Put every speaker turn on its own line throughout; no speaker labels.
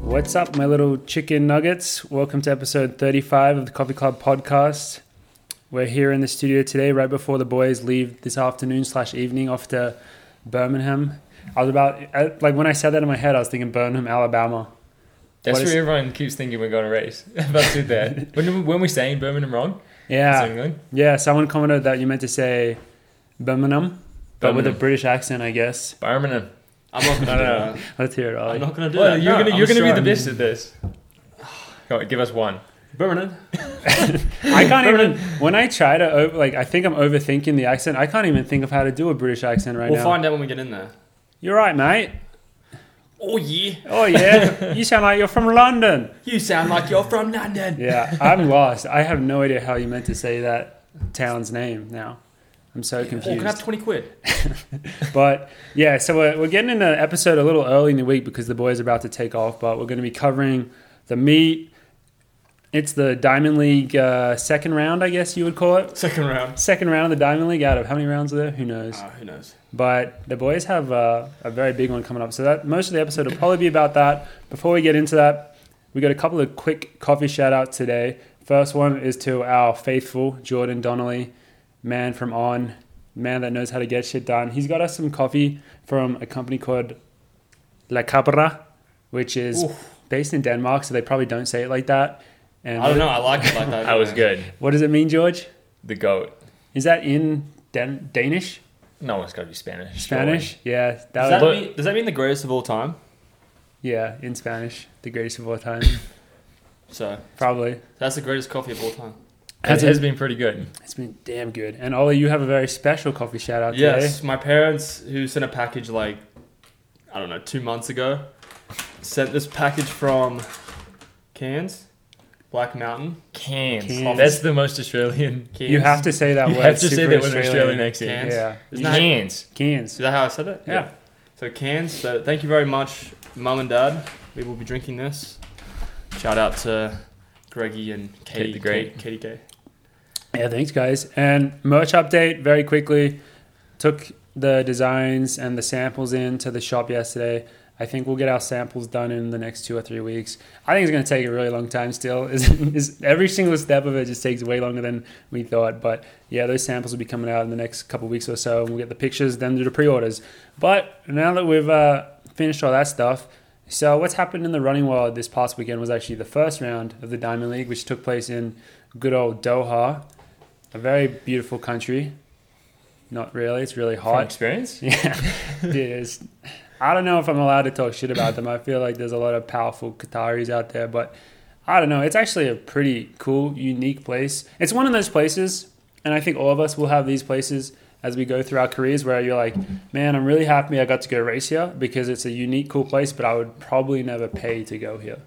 What's up, my little chicken nuggets? Welcome to episode 35 of the Coffee Club podcast. We're here in the studio today, right before the boys leave this afternoon slash evening off to Birmingham. I was about, I, like, when I said that in my head, I was thinking Birmingham, Alabama.
That's
What
what
is-
everyone keeps thinking we're going to race. That's it there. when, when we're saying Birmingham wrong,
Ah.
Yeah.
seemingly.
Yeah, someone commented that you meant to say Birmingham, but with a
Birmingham.
British accent, I guess.
Birmingham.
I'm not gonna
I
do
don't
that.
Let's hear it,
I'm
Ollie.
not gonna do
Well,
that.
you're
No,
gonna
I'm
you're gonna be the
Australian.
best at this. Go on, give us one.
Birmingham.
I can't even, when I try to, over, like, I think I'm overthinking the accent. I can't even think of how to do a British accent right
we'll
now.
find out when we get in there.
You're right, mate.
Oh yeah,
Oh yeah, you sound like you're from London.
you sound like you're from London.
Yeah, I'm lost. I have no idea how you meant to say that town's name now. I'm so
Oh, can I have
confused.
twenty quid?
But yeah, so we're, we're getting into an episode a little early in the week because the boys are about to take off. But we're going to be covering the meet. It's the Diamond League uh, second round, I guess you would call it.
Second round.
Second round of the Diamond League out of how many rounds are there? Who knows?
Ah, who knows?
But the boys have uh, a very big one coming up. So that most of the episode will probably be about that. Before we get into that, we got a couple of quick coffee shout outs today. First one is to our faithful Jordan Donnelly, man from On, man that knows how to get shit done. He's got us some coffee from a company called La Capra, which is based in Denmark, so they probably don't say it like that. And
I don't know. I like it like that.
That was
anyway.
good.
what does it mean, George?
The goat.
Is that in Dan- Danish?
No, it's got to be Spanish.
Spanish? Yeah, that
Does
was
that,
Look-
mean, does that mean the greatest of all time?
Yeah, in Spanish, the greatest of all time,
So
probably.
that's the greatest coffee of all time.
Has,
Has
it
it-
has been pretty good.
It's been damn good. And Ollie, you have a very special coffee shout out
Yes,
today.
my parents who sent a package like I don't know two months ago sent this package from Cairns, Black Mountain.
Cans. Oh,
Cans.
That's the most Australian.
Cairns.
You have to say that
you
word.
have to say
super
that with an Australian
Cans.
accent.
Yeah,
Isn't that-
Cans.
Cairns.
Is that how I said it?
Yeah.
So cans. So thank you very much, mum and dad. We will be drinking this. Shout out to Greggy and Katie
the Great.
Katie K.
Yeah, thanks guys. And merch update very quickly. Took the designs and the samples in to the shop yesterday. I think we'll get our samples done in the next two or three weeks. I think it's going to take a really long time still. Is, is every single step of it just takes way longer than we thought. But yeah, those samples will be coming out in the next couple weeks or so. And we'll get the pictures, then do the pre-orders. But now that we've uh, finished all that stuff, so what's happened in the running world this past weekend was actually the first round of the Diamond League, which took place in good old Doha, a very beautiful country. Not really. It's really
From
hot.
experience?
Yeah, it is. I don't know if I'm allowed to talk shit about them. I feel like there's a lot of powerful Qataris out there, but I don't know. It's actually a pretty cool, unique place. It's one of those places, and I think all of us will have these places as we go through our careers where you're like, man, I'm really happy I got to go race here because it's a unique, cool place, but I would probably never pay to go here.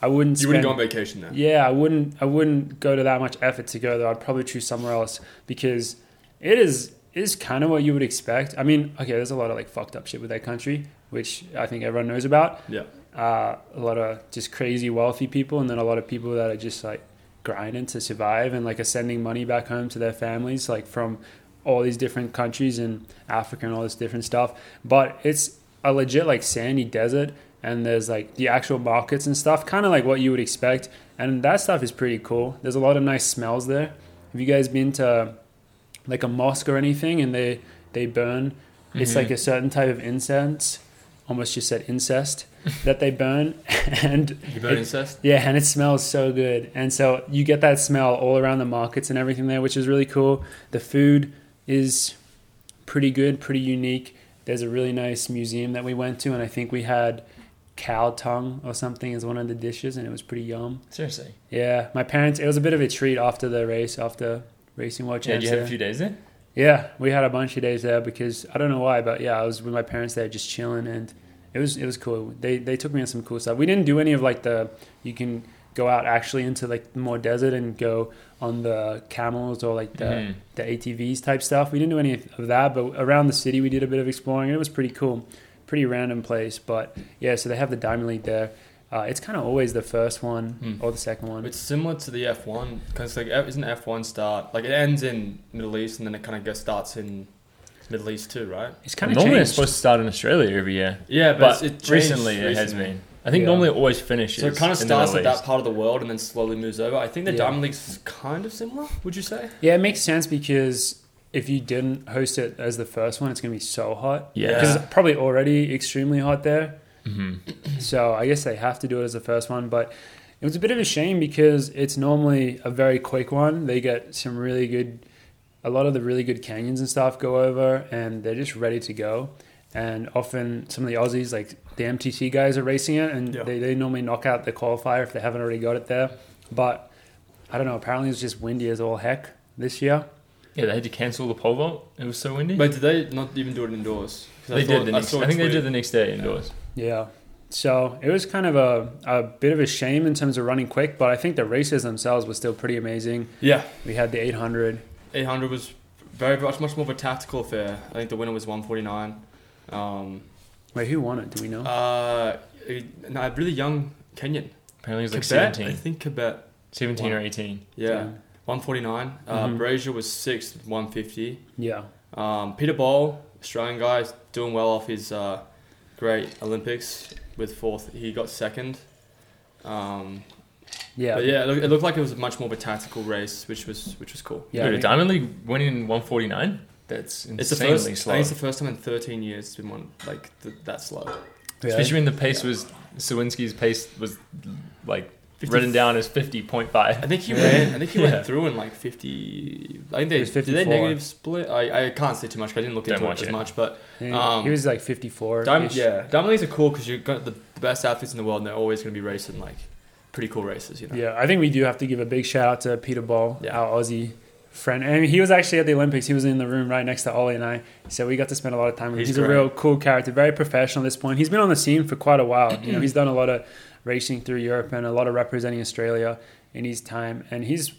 I wouldn't.
You wouldn't
spend-
go on vacation there.
yeah, I wouldn't. I wouldn't go to that much effort to go there. I'd probably choose somewhere else because it is is kind of what you would expect. I mean, okay, there's a lot of like fucked up shit with that country, which I think everyone knows about.
Yeah.
Uh, a lot of just crazy wealthy people, and then a lot of people that are just like grinding to survive and like are sending money back home to their families, like from all these different countries in Africa and all this different stuff. But it's a legit like sandy desert, and there's like the actual markets and stuff, kind of like what you would expect. And that stuff is pretty cool. There's a lot of nice smells there. Have you guys been to like a mosque or anything and they they burn? It's
Mhm.
like a certain type of incense. Almost just said incest that they burn, and
You burn
it-
incest.
yeah, and it smells so good. And so you get that smell all around the markets and everything there, which is really cool. The food is pretty good, pretty unique. There's a really nice museum that we went to, and I think we had cow tongue or something as one of the dishes, and it was pretty yum.
Seriously.
Yeah, my parents, it was a bit of a treat after the race, after racing watch.
Yeah, do you have a few days there?
Yeah, we had a bunch of days there because I don't know why, but yeah, I was with my parents there just chilling and it was it was cool. They they took me on some cool stuff. We didn't do any of like the you can go out actually into like more desert and go on the camels or like the
Mhm.
the ATVs type stuff. We didn't do any of that, but around the city we did a bit of exploring. It was pretty cool, pretty random place. But yeah, so they have the Diamond League there. Uh, it's kind of always the first one
Hmm.
or the second one.
It's similar to the F one because like F- isn't F one start like it ends in Middle East and then it kind of goes starts in Middle East too, right?
It's kind of
Normally, it's
changed.
supposed to start in Australia every year,
Yeah,
but,
but, it's- it changed
recently, it has been. I think
Yeah.
normally it always finishes.
So it kind of
in the
starts at
Middle
that
East.
part of the world and then slowly moves over. I think the
Yeah.
Diamond League's kind of similar. Would you say?
yeah, it makes sense because if you didn't host it as the first one, it's going to be so hot.
Yeah.
Because it's probably already extremely hot there.
Mhm.
So I guess they have to do it as the first one. But it was a bit of a shame because it's normally a very quick one. They get some really good, a lot of the really good canyons and stuff go over and they're just ready to go. And often some of the Aussies, like the MTT guys, are racing it and
Yeah.
they, they normally knock out the qualifier if they haven't already got it there. But I don't know, apparently it's just windy as all heck this year.
Yeah, they had to cancel the pole vault. It was so windy.
But did they not even do it indoors? 'Cause
Hmm.
I
they
thought-
did the
I
next.
saw
I,
a
think they
tweet.
did the next day indoors.
Yeah. So it was kind of a, a bit of a shame in terms of running quick, but I think the races themselves were still pretty amazing.
Yeah,
We had the 800.
800 was very much much more of a tactical affair. I think the winner was 149. Um,
Wait, who won it? Do we know?
uh, a, no, a really young Kenyan.
Apparently, it was like
Kibet, I
17,
think Quebec.
17 or 18.
Yeah, 149. Uh,
Mhm.
Brazier was sixth, with 150.
Yeah.
Um, Peter Ball, Australian guy, is doing well off his uh, great Olympics with fourth. He got second. Um,
Yeah.
But yeah, it looked, it looked like it was much more of a tactical race, which was which was cool.
Yeah, I
Dude, the
mean-
Diamond League winning in 149. That's
It's the
insanely
first. I
slow.
think it's the first time in 13 years it's been one like th- that slow.
Especially when the pace was Sawinski's pace was like
50
written down as 50.5.
I think he
Yeah.
ran. I think he
Yeah.
went through in like fifty. I think
It
they
was
did they
54.
negative split. I, I can't say too much. 'cause I didn't look
Don't
into it
watch
as
it.
much, but
Yeah. he
um,
was like 54.
diamond, yeah, diamond leagues are cool because you've got the best athletes in the world, and they're always going to be racing like pretty cool races. You know,
Yeah. I think we do have to give a big shout out to Peter Ball,
Yeah.
our Aussie friend. And he was actually at the Olympics. He was in the room right next to Ollie and I. So we got to spend a lot of time with him.
He's
He's, a
great.
real cool character, very professional at this point. He's been on the scene for quite a while. you know, he's done a lot of racing through Europe and a lot of representing Australia in his time. And he's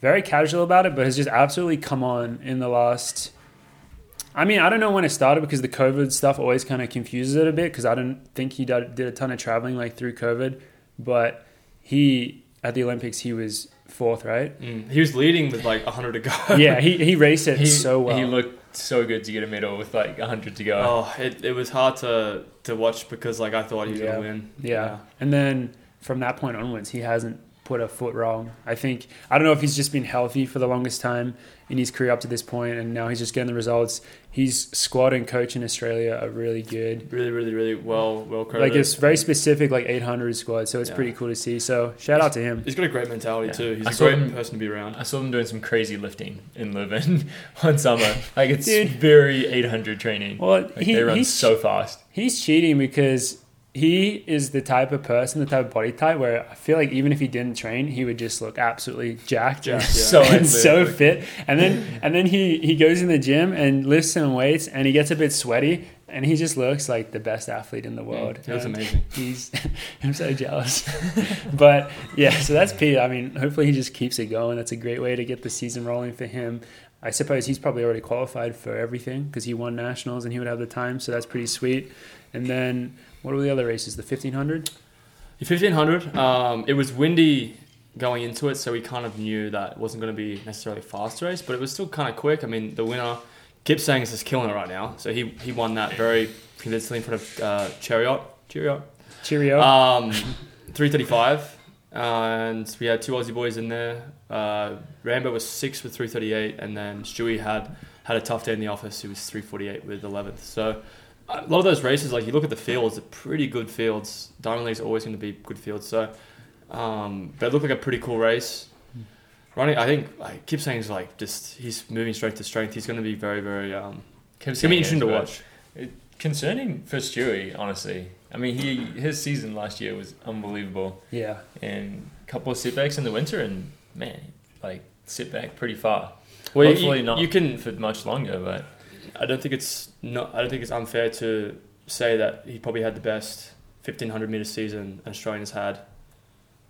very casual about it, but has just absolutely come on in the last. I mean, I don't know when it started because the COVID stuff always kind of confuses it a bit because I don't think he did, did a ton of traveling like through COVID, but he at the Olympics he was fourth, right?
Mm, he was leading with like hundred to go.
Yeah, he, he raced it
he,
so well.
he looked so good to get a medal with like 100 to go.
Oh, it, it was hard to to watch because like I thought he was
Yeah.
gonna win.
Yeah. And then from that point onwards, he hasn't put a foot wrong. I think, I don't know if he's just been healthy for the longest time in his career up to this point, and now he's just getting the results. He's squad and coach in Australia are really good.
really, really, really well, well credited.
Like, it's very specific, like 800 squad, so it's
Yeah.
pretty cool to see. So, shout out to him.
he's got a great mentality
Yeah.
too. He's
I
a
saw
great
him-
person to be around.
I saw them doing some crazy lifting in Leuven one summer. Like it's
Dude.
very 800 training.
Well,
Like
he,
they run
he's,
so fast.
he's cheating because he is the type of person, the type of body type where I feel like even if he didn't train, he would just look absolutely jacked.
Jacked, yeah.
So
and
athletic.
so fit. And then and then he he goes in the gym and lifts some weights and he gets a bit sweaty and he just looks like the best athlete in the world.
It was
And
amazing.
He's I'm so jealous. but yeah, so that's Pete. I mean, hopefully he just keeps it going. That's a great way to get the season rolling for him. I suppose he's probably already qualified for everything because he won nationals and he would have the time, so that's pretty sweet. And then what are the other races? The 1500?
Fifteen hundred. Um, it was windy going into it, so we kind of knew that it wasn't going to be necessarily a fast race, but it was still kind of quick. I mean, the winner, Kip Sangs, is killing it right now. So he he won that very convincingly in front of uh, Chariot. Chariot.
Cheerio.
Um, three thirty-five, and we had two Aussie boys in there. Uh, Rambo was six with three thirty-eight, and then Stewie had had a tough day in the office. He was three forty-eight with eleventh. So a lot of those races, like you look at the fields, they're pretty good fields. Diamond League's always going to be good fields. So um, they look like a pretty cool race. Running, I think like, Kip Sang's like just he's moving strength to strength. He's going to be very, very. Um, it's going to be interesting to watch.
Concerning for Stewie, honestly. I mean, he his season last year was unbelievable,
yeah.
and a couple of setbacks in the winter, and man, like setback pretty far.
Well, you-
Hopefully
you-
not.
You can
for much longer, but
I don't think it's not. I don't think it's unfair to say that he probably had the best 1500 meter season an Australian has had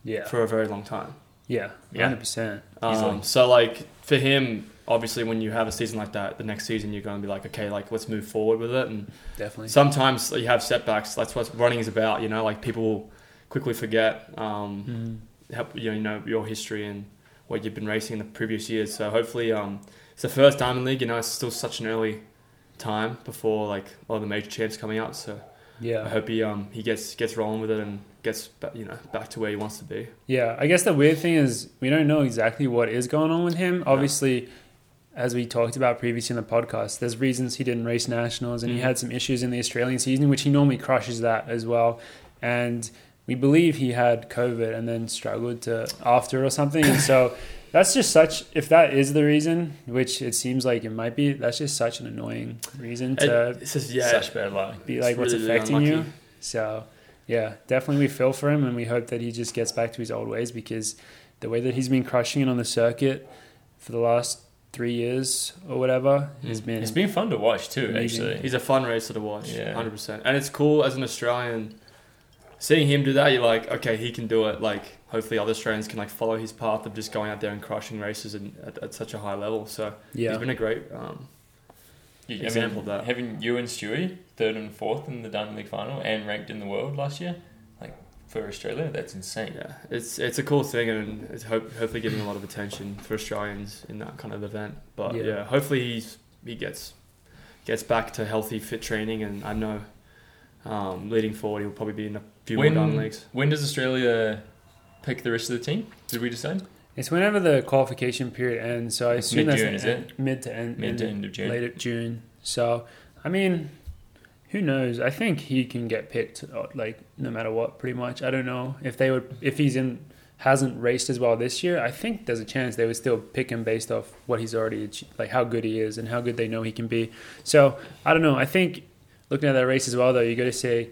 Yeah.
for a very long time.
Yeah.
Yeah.
100%.
Um,
Easily.
so like for him, obviously, when you have a season like that, the next season you're going to be like, okay, like let's move forward with it. And
Definitely.
sometimes you have setbacks. That's what running is about. You know, like people quickly forget um,
Mm.
help you know, you know your history and what you've been racing in the previous years. So hopefully, um, it's the first Diamond League. You know, it's still such an early time before like all the major champs coming out. So I
Yeah.
hope he um he gets gets rolling with it and gets ba- you know back to where he wants to be.
Yeah. I guess the weird thing is we don't know exactly what is going on with him. Obviously, as we talked about previously in the podcast, there's reasons he didn't race nationals and he
Mhm.
had some issues in the Australian season, which he normally crushes that as well. And we believe he had COVID and then struggled to after or something. And so that's just such, if that is the reason, which it seems like it might be, that's just such an annoying reason to
It- it's just yeah,
Such bad luck.
be
it's
like what's
really
affecting you.
unlucky.
So, yeah, definitely we feel for him and we hope that he just gets back to his old ways because the way that he's been crushing it on the circuit for the last three years or whatever has
Mm.
been.
Hmm. It's been fun to watch too,
Amazing.
actually.
He's a fun racer to watch,
Yeah.
hundred percent. And it's cool as an Australian. Seeing him do that, you're like, okay, he can do it. Like, hopefully, other Australians can like follow his path of just going out there and crushing races and at, at such a high level. So he's
yeah,
been a great um,
You- I mean,
Example of that.
Having you and Stewie third and fourth in the Diamond League final and ranked in the world last year, like for Australia, that's insane.
Yeah, it's it's a cool thing, and it's hope, hopefully getting a lot of attention for Australians in that kind of event. But
Yeah.
yeah, hopefully he's he gets gets back to healthy, fit training, and I know um, leading forward he'll probably be in a few
When-
more down leagues.
When does Australia pick the rest of the team? Did we decide?
it's whenever the qualification period ends. So I
It's
assume that's
mid-June,
the
is
end- mid to end,
Mid
end-
to end of June.
late at June. So I mean, who knows? I think he can get picked uh, like no matter what, pretty much. I don't know if they would if he's in hasn't raced as well this year. I think there's a chance they would still pick him based off what he's already ach- like how good he is and how good they know he can be. So I don't know. I think looking at that race as well though, you got to say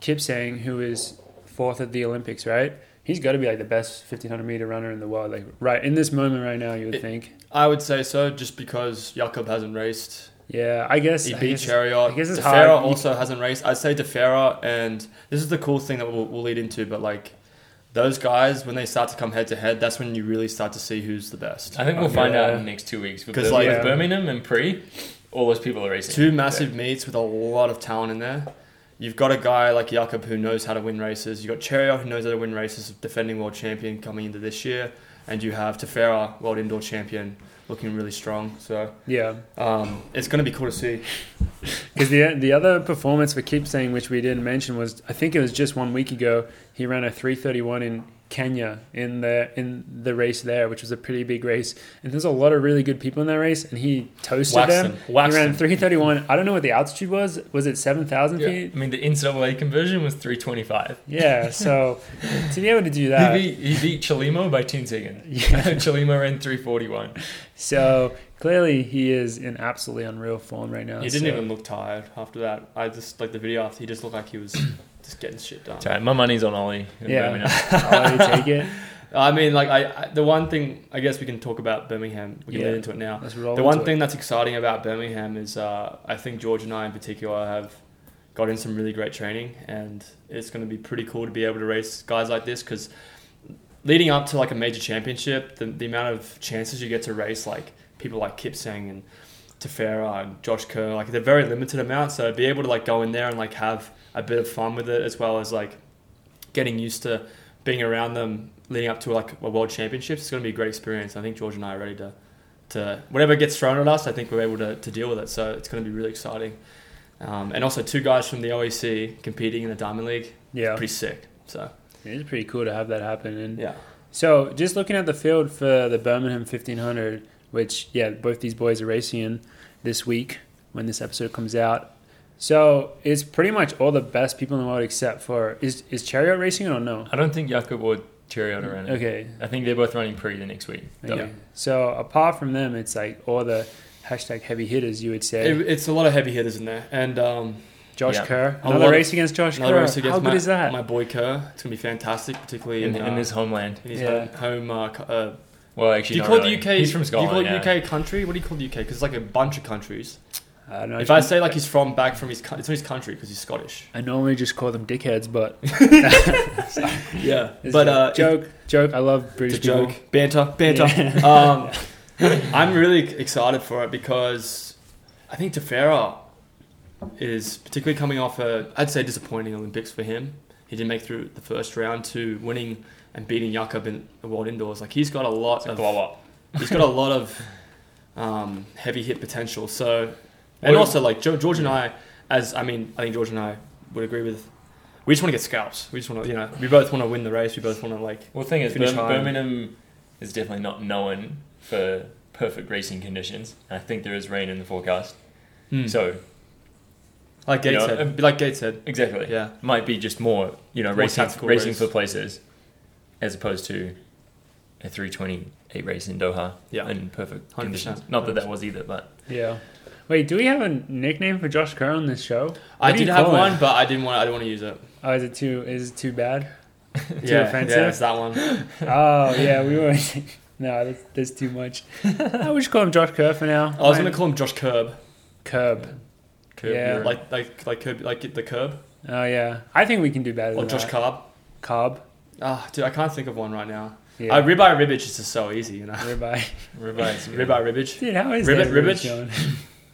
Kipsang, who is fourth at the Olympics, right? He's got to be like the best 1500 meter runner in the world, like right in this moment right now. You would
It-
think,
I would say so, just because Jakob hasn't raced.
yeah. I guess
He
I
beat
guess-
Chariot.
I guess it's hard.
DeFerra also hasn't raced. I'd say DeFerra, and this is the cool thing that we'll, we'll lead into. But like those guys, when they start to come head to head, that's when you really start to see who's the best.
I think we'll
Okay.
find out
Yeah.
in the next two weeks. Because
Because,
like
Um, like-
with Birmingham and Pre, all those people are racing.
Two massive meets with a lot of talent in there. You've got a guy like Jakob who knows how to win races. You've got Cherio who knows how to win races, defending world champion coming into this year. And you have Tefera, world indoor champion, looking really strong. So
Yeah,
um, it's going to be cool to see.
because the the other performance for Keep Saying, which we didn't mention, was I think it was just one week ago. He ran a three thirty one in Kenya in the in the race there, which was a pretty big race. And there's a lot of really good people in that race, and he toasted
Wax
them.
them. Wax
he ran
them.
three thirty one. I don't know what the altitude was. Was it seven thousand
Yeah.
feet?
I mean, the NCAA conversion was 325.
Yeah. So to be able to do that,
he, beat, he beat Chalimo by 10 seconds.
Yeah.
Chalimo ran 341.
so clearly he is in absolutely unreal form right now.
He didn't
so-
even look tired after that. I just like the video after. He just looked like he was just getting shit done.
Sorry, my money's on Ollie. in
Yeah.
Birmingham.
I'll let you take it.
I mean, like I, I the one thing I guess we can talk about Birmingham. We can
Yeah.
get into it now.
Let's roll into
The one
it.
thing that's exciting about Birmingham is uh, I think George and I in particular have got in some really great training, and it's going to be pretty cool to be able to race guys like this because leading up to like a major championship, the, the amount of chances you get to race like people like Kipsang and Tefera and Josh Kerr, like they're very limited amount. So be able to like go in there and like have a bit of fun with it as well as like getting used to being around them leading up to like a world championships. It's going to be a great experience. I think George and I are ready to to whatever gets thrown at us. I think we're able to, to deal with it. So it's going to be really exciting. Um, and also two guys from the OEC competing in the Diamond League.
yeah,
Pretty sick. So
it's pretty cool to have that happen. And
yeah,
So, just looking at the field for the Birmingham 1500, which, yeah, both these boys are racing in this week when this episode comes out. So, it's pretty much all the best people in the world except for. Is, is Chariot racing it or no?
I don't think Jakob or Chariota ran it.
Okay.
I think they're both running pre the next week. though.
okay. So, apart from them, it's like all the hashtag heavy hitters, you would say.
It- it's a lot of heavy hitters in there. And um,
Josh
Yeah.
Kerr.
A lot
Another
of-
race against Josh
another E
Kerr.
race against
How good
my,
is that?
my boy Kerr. It's going to be fantastic, particularly in,
in,
uh,
in his homeland.
in his
Yeah.
home. home uh, co- uh,
Well,
do
actually,
you
not
call
really.
the UK?
He's from Scotland.
Do you call it UK country? What do you call the UK? Because it's like a bunch of countries.
I don't know.
If I say like he's from back from his, co- it's not his country because he's Scottish.
I normally just call them dickheads, but.
Yeah,
it's
but
a
uh, if-
joke, joke. I love
It's
British
a
people.
joke. Banter, banter. Um, I'm really excited for it because I think Tefera is particularly coming off a, I'd say, disappointing Olympics for him. He didn't make through the first round to winning and beating Jakob in the World Indoors. Like he's got a lot
It's a
of
blow up.
he's got a lot of um, heavy hit potential. So, and
Well,
also like Ge- George and I, as I mean, I think George and I would agree with. We just want to get scalps. We just want to, you know, we both want to win the race. We both want to like
Well, the thing is,
Finish
Bir-
high.
Birmingham is definitely not known for perfect racing conditions. I think there is rain in the forecast.
so
So,
like
you
Gates
know,
said, like Gates said,
exactly.
yeah,
Might be just more, you know,
More
racing,
tactical
racing
race.
for places as opposed to a 328 race in Doha
Yeah.
in perfect
100%.
conditions. Not that that was either, but
Yeah. Wait, do we have a nickname for Josh Kerr on this show?
I
do you
did have
call it?
one, but I didn't want. I didn't want to use it.
Oh, is it too? Is it too bad?
Too
offensive?
Yeah, it's that one.
Oh yeah, we were. no, that's, that's too much. I would just call him Josh Kerr for now.
I was gonna call him Josh Curb,
Curb.
curb
Yeah.
your-
like like like curb, like the curb
Oh yeah, I think we can do better.
or
Than
Josh
that.
Carb.
Cobb.
Ah, dude, I can't think of one right now.
Yeah.
Uh, ribeye ribbage is just so easy, you know.
Ribeye.
Ribeyes, yeah.
Ribeye ribbage.
Dude, how is
Ribbit-
that?
Ribbit?
going?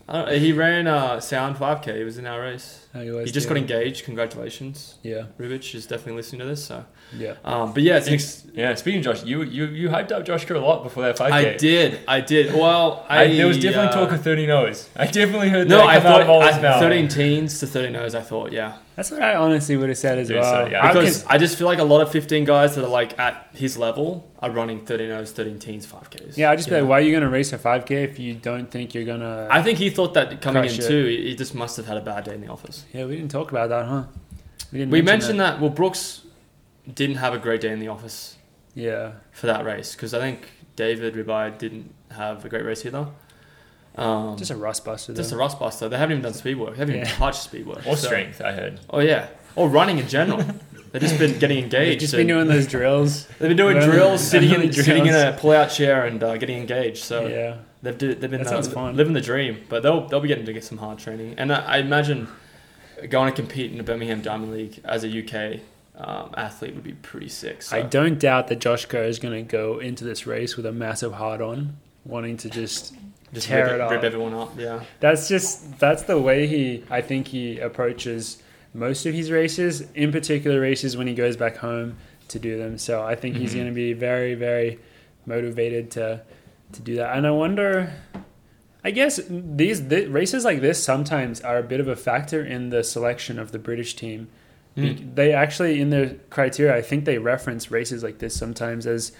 I don't, he ran uh, Sound 5K. He was in our race.
Oh, was
He just got
doing-
engaged. Congratulations,
Yeah,
Ribich is definitely listening to this. So,
yeah.
um, but yeah, it's an ex-
Yeah, speaking of Josh, you you, you hyped up Josh Kerr a lot before that 5K.
I did, I did. Well, I,
I, there was definitely
uh,
talk of 13 O's. I definitely heard that
No, I
come out of
thought
Ola's
I,
mouth.
13 teens to 13 O's. I thought, yeah,
That's what I honestly would have said as
Dude,
well.
so, yeah.
I
because
can-
I just feel like a lot of 15 guys that are like at his level are running 13 O's, 13 teens, 5Ks.
yeah, I'd just be
You know?
like, why are you going to race a 5K if you don't think you're going to.
I think he thought that coming
Crush
in
it.
too. He he just must have had a bad day in the office.
Yeah, we didn't talk about that, huh? didn't
We
mention
mentioned that. Well, Brooks didn't have a great day in the office
that. Yeah.
for that race because I think David Ribeye didn't have a great race either. Um,
Just
just a,
a rust buster.
just
though.
rust buster. They haven't even done speed work. They haven't even
Yeah.
touched speed work.
Or
So-
strength, I heard.
Oh yeah. Or running in general. They've just been getting
They've
engaged.
just
and-
been doing those drills.
they've been doing
Learning-
drills, sitting in,
learning
sitting in a
drills.
pull-out chair and uh, getting engaged. So
yeah.
They've, do, they've been
That
uh,
sounds
li-
fun.
living the dream, but they'll, they'll be getting to get some hard training. And I, I imagine going to compete in the Birmingham Diamond League as a UK um, athlete would be pretty sick. So.
I don't doubt that Josh Kerr is going to go into this race with a massive hard on, wanting to just.
just
tear
rip,
it
rip
up.
everyone up. Yeah,
That's just. That's the way he. I think he approaches most of his races, in particular races when he goes back home to do them. So I think he's
Mhm.
going to be very, very motivated to to do that. And I wonder. I guess these th- races like this sometimes are a bit of a factor in the selection of the British team. Be- They actually, in their criteria, I think they reference races like this sometimes as,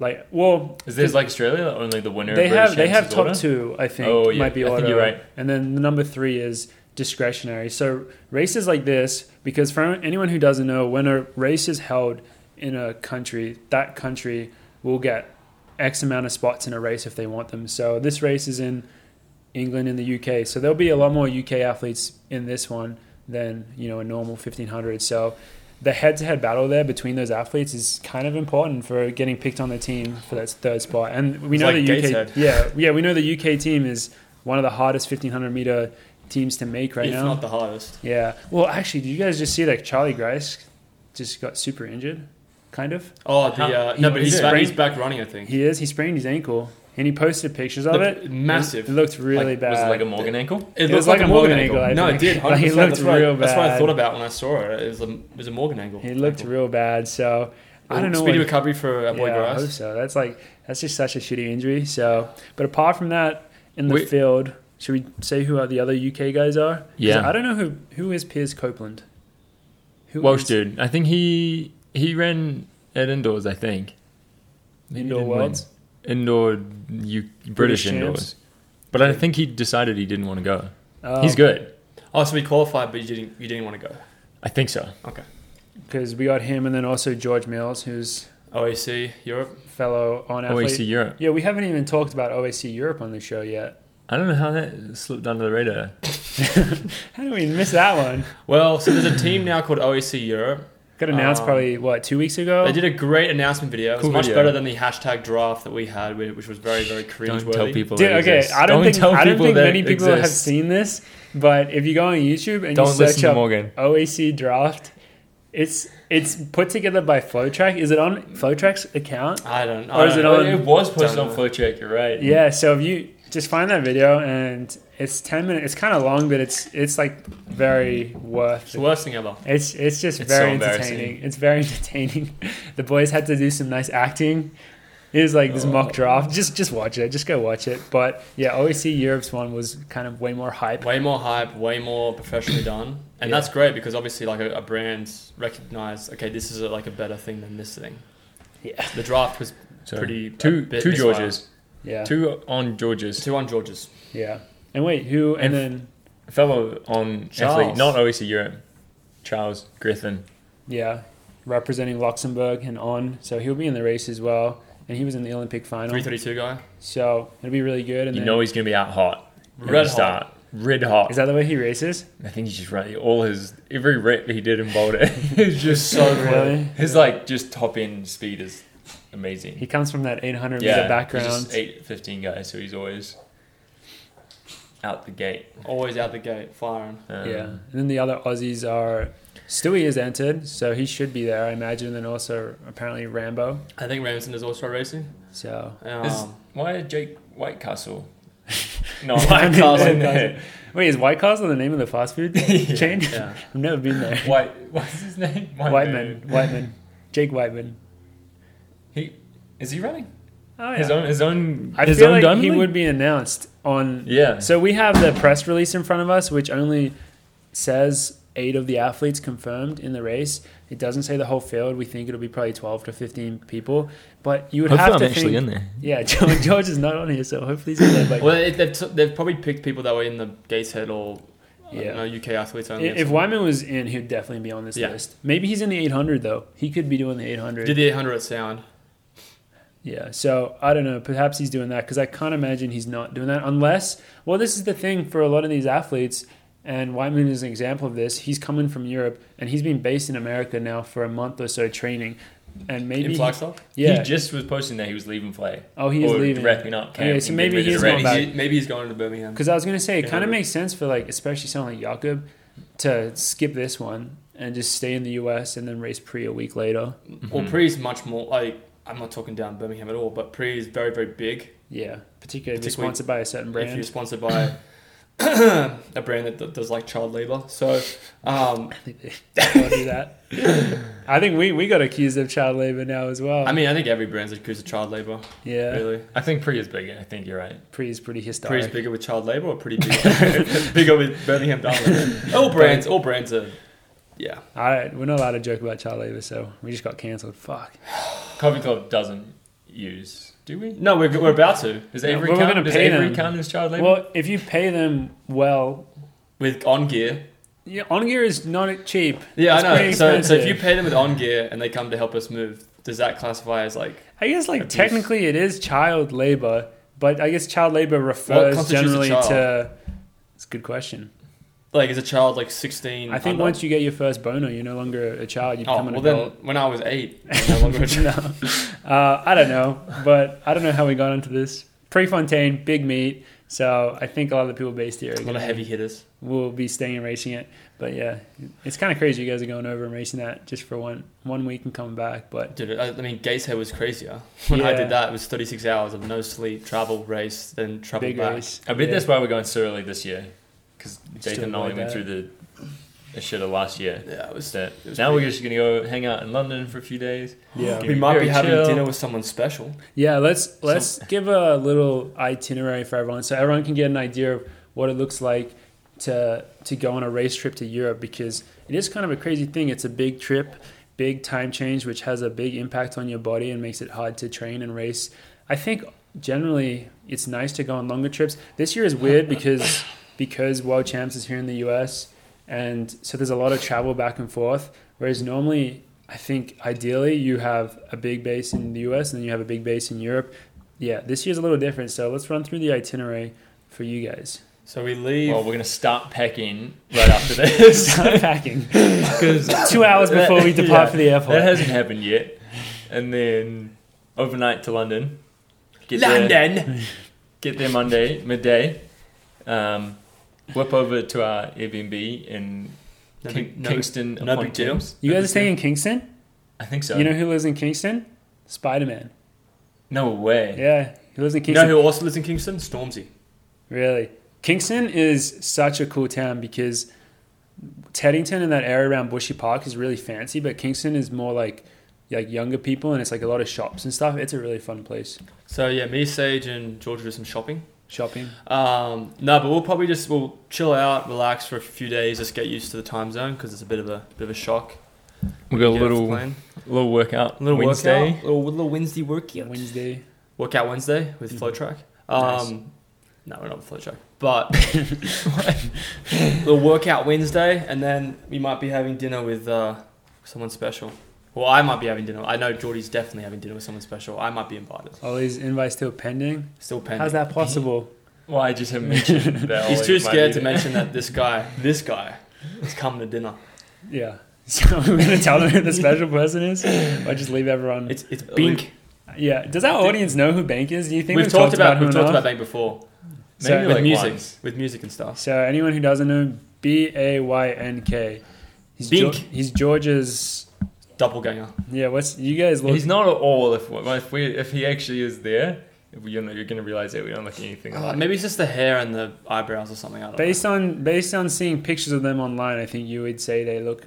like, well,
Is this like Australia only the winner?
they
of British
have they
Champs
have
is
top
order?
two, I think,
Oh, yeah.
might be
I
auto,
think you're right.
and then the number three is discretionary. So races like this, because for anyone who doesn't know, when a race is held in a country, that country will get X amount of spots in a race if they want them. So this race is in England and the UK. So there'll be a lot more UK athletes in this one than you know a normal 1500. So the head-to-head battle there between those athletes is kind of important for getting picked on the team for that third spot. And we
It's
know
like
the UK,
Gateshead.
yeah, yeah, we know the UK team is one of the hardest 1500 meter teams to make right
if
now.
not the hardest.
yeah. Well, actually, did you guys just see that Charlie Grice just got super injured? Kind of.
Oh, the
How-
uh,
he-
no, but
he
he's back,
sprained-
he's back running. I think
He is. He sprained his ankle, and he posted pictures of
Looked
it.
massive.
It looked really
Like,
bad.
Was it like a Morgan ankle?
it was like a Morgan angle, I
no, it
think.
did. 100%.
Like, he looked
that's what I-
real
That's what I
bad.
thought about when I saw it. It was a, it was a Morgan angle.
He looked
Angle.
real bad. So I don't know.
Speedy
what-
recovery for our boy
yeah, I
Grice.
hope so. That's like that's just such a shitty injury. So, but apart from that, in the
We-
field, should we say who are the other UK guys are? 'Cause
Yeah.
I don't know who who is Piers Copeland. Who
Welsh
is-
dude. I think he he ran at indoors. I think He
Indoor
didn't win.
worlds?
indoor U- British,
British
indoors.
champs.
But I think he decided he didn't want to go.
Oh,
He's good.
Oh, so we qualified, but you didn't. You didn't want to go.
I think so.
Okay.
because we got him, and then also George Mills, who's
OAC Europe.
fellow on athlete.
OEC Europe.
Yeah, we haven't even talked about OAC Europe on the show yet.
I don't know how that slipped under the radar.
How did we miss that one?
Well, so there's a team now called OAC Europe.
Got announced
Um,
probably what two weeks ago.
They did a great announcement video. It was
Cool
much
video.
better than the hashtag draft that we had, whi- which was very, very cringe
Don't tell
worthy.
people.
Dude,
that
okay,
exists.
I don't, think
tell
I don't
people
think
that
many people have
exists.
seen this, but if you go on YouTube and you
Don't
search
listen to
up
Morgan.
OAC draft, it's it's put together by Flowtrack. Is it on Flowtrack's account?
I don't. I
Or is
don't
it
know.
on-
It was posted
Don't
on
know.
Flowcheck. You're right.
Yeah, so if you just find that video and it's 10 minutes it's kind of long but it's it's like very worth
It's
the
the worst thing ever.
It's it's just
It's so
very
embarrassing.
entertaining. It's very entertaining. The boys had to do some nice acting. It was like this
Oh.
mock draft. Just just watch it. Just go watch it. But yeah, OEC Europe's one was kind of way more hype.
Way more hype, way more professionally done, and
Yeah.
that's great because obviously, like a, a brand recognized, okay, this is a, like a better thing than this thing.
Yeah.
The draft was
So,
pretty a
two
bit
two
misfired.
Georges,
Yeah.
two on Georges,
two on Georges.
Yeah. And wait, who and,
And-
then
fellow on athlete,
Charles.
not OEC Europe, Charles Griffin.
yeah, representing Luxembourg and on. So he'll be in the race as well. And he was in the Olympic final.
Three thirty-two guy.
So it'll be really good. And
you
then,
know he's going to be out hot. at
Red
the
hot.
start. Red hot.
is that the way he races?
I think he's just right. All his every rep he did in Boulder is just
So good.
Really?
his like just top end speed is amazing.
He comes from that 800
yeah,
meter background.
He's just eight fifteen guy, so he's always out the gate.
Always out the gate firing.
Um,
Yeah, and then the other Aussies are Stewie has entered, so he should be there, I imagine. And then also apparently Rambo.
I think Ramson is also racing.
So
Is-
Um,
why Jake Whitecastle? No,
White
Whitecastle.
Castle.
in there.
wait, is White Castle the name of the fast food chain?
yeah.
I've never been there.
White. What's his name?
Whiteman, Whiteman, Jake Whiteman.
He is he running
Oh yeah.
his own his own
I
his
feel
own
like
diamond
he
league?
would be announced on.
Yeah.
So we have the press release in front of us, which only says eight of the athletes confirmed in the race. It doesn't say the whole field. We think it'll be probably twelve to fifteen people, but you would have to think,
there.
Yeah, George, George is not on here, so hopefully he's in there. But
Well, it, they've, t- they've probably picked people that were in the Gateshead or
Yeah.
yeah. UK athletes
i-
only. or
if Wyman was in, he'd definitely be on this
Yeah.
list. Maybe he's in the 800 though. He could be doing the 800.
something. did the 800 at Sound.
yeah, so I don't know. Perhaps he's doing that because I can't imagine he's not doing that unless. Well, this is the thing for a lot of these athletes, and Wyman is an example of this. He's coming from Europe and he's been based in America now for a month or so training, and maybe
in Flagstaff.
yeah.
He just was posting that he was leaving Flay.
oh, he is
or
leaving.
Wrapping up camp.
Okay,
and
so
getting
maybe
ready to
he's not
race.
back.
Maybe, maybe he's going to Birmingham.
Because I was gonna say it
Yeah.
kind of makes sense for like especially someone like Jakob to skip this one and just stay in the US and then race pre a week later.
Well,
Mm-hmm.
Pre is much more like I'm not talking down Birmingham at all, but Pre is very very big.
Yeah, particularly if you're
Particularly
sponsored by a certain
If you're
brand.
sponsored by a brand that d- does like child labor, so um,
I think they will do that. I think we, we got accused of child labor now as well.
I mean, I think every brand's accused of child labor.
yeah,
Really,
I think Pre is bigger. I think you're right.
pre is pretty historic.
Pre is bigger with child labor, or pretty big, bigger with Birmingham Darling. all brands, all brands are. Yeah,
All right, we're not allowed to joke about child labor, so we just got cancelled. Fuck.
Coffee Club doesn't use. Do we?
no, we're, we're about to
Does
No,
Avery
but we're
count?
gonna
Does
pay
Avery
them.
count as child labor?
Well, if you pay them well,
with on gear.
yeah, on gear is not cheap.
Yeah,
It's
I know.
pretty
So, so if
expensive.
you pay them with on gear and they come to help us move, does that classify as like
I guess like
Abuse.
technically it is child labor, but I guess child labor refers
constitutes a
generally
child?
to. It's a good question.
like is a child like sixteen?
I think
under?
once you get your first boner, you're no longer a child. You
oh
become
well,
an
then
adult.
when I was eight, I no longer a child.
no, uh, I don't know, but I don't know how we got into this. Prefontaine, big meat. So I think a lot of the people based here are
a lot
gonna
of heavy hitters.
will be staying and racing it. But yeah, it's kind of crazy you guys are going over and racing that just for one one week and coming back. But
Dude, I, I mean, Gateshead was crazier. When I
Yeah.
did that, it was 36 hours of no sleep, travel, race, then travel
big
back.
race.
I bet
Yeah.
that's why we're going so early this year. Because
Just to
Nathan Nolly
avoid
went
that.
through the, the shit of last year.
Yeah, it was.
So
it was
now we're
pretty-
just going to go hang out in London for a few days.
Yeah.
We might
Very
be having
chill.
dinner with someone special.
Yeah, let's let's give a little itinerary for everyone, so everyone can get an idea of what it looks like to to go on a race trip to Europe because it is kind of a crazy thing. It's a big trip, big time change, which has a big impact on your body and makes it hard to train and race. I think generally it's nice to go on longer trips. This year is weird because because World Champs is here in the U.S. and so there's a lot of travel back and forth. Whereas normally, I think ideally you have a big base in the U.S. and then you have a big base in Europe. Yeah, this year's a little different. So let's run through the itinerary for you guys.
So we leave.
Well, we're going to start packing right after this.
Start packing
'Cause
two hours before we
Yeah.
depart for the airport.
That hasn't happened yet. And then overnight to London. Get There,
London!
get there Monday, midday. Um, whip over to our Airbnb in
No
King,
big- no-
Kingston
no
upon
big deal.
Thames.
you guys are staying in Kingston.
I think so.
You know who lives in Kingston? Spider Man.
no way.
Yeah, he lives in
You know
Kingston.
who also lives in Kingston? Stormzy.
Really, Kingston is such a cool town because Teddington and that area around Bushy Park is really fancy, but Kingston is more like like younger people, and it's like a lot of shops and stuff. It's a really fun place.
So yeah, me, Sage, and Georgia do some shopping.
Shopping.
Um, no, but we'll probably just we'll chill out, relax for a few days, just get used to the time zone because it's a bit of a bit of a shock.
We've got a
Get off the
little
plane.
little workout.
A little
Wednesday.
workout, little little Wednesday workout.
Wednesday.
Workout Wednesday with
Mhm.
Flow Track. Um,
Nice.
No, we're not with Flow Track, but little workout Wednesday, and then we might be having dinner with uh, someone special. Well, I might be having dinner. I know Geordie's definitely having dinner with someone special. I might be invited.
All these invites still pending.
Still pending.
How's that possible?
Well, I just haven't mentioned that.
He's
Ollie
too
might
scared
be
to mention that this guy, this guy, is coming to dinner.
Yeah. So we're gonna tell them who the special person is, or just leave everyone.
It's it's Bink.
yeah. Does our audience know who Bank is? Do you think
We've talked about we've
him
talked
enough?
about Bank before.
So
there. Maybe
with
like
music,
once.
with music and stuff.
So anyone who doesn't know, B A Y N K. He's Geor-
Bink.
he's George's.
Doppelganger.
Yeah. What's you guys look?
He's not at all. If well, if we if he actually is there, if we, you know, you're going to realize that we don't look anything
Uh,
alike.
maybe it's just the hair and the eyebrows or something. I don't know.
based on based on seeing pictures of them online, I think you would say they look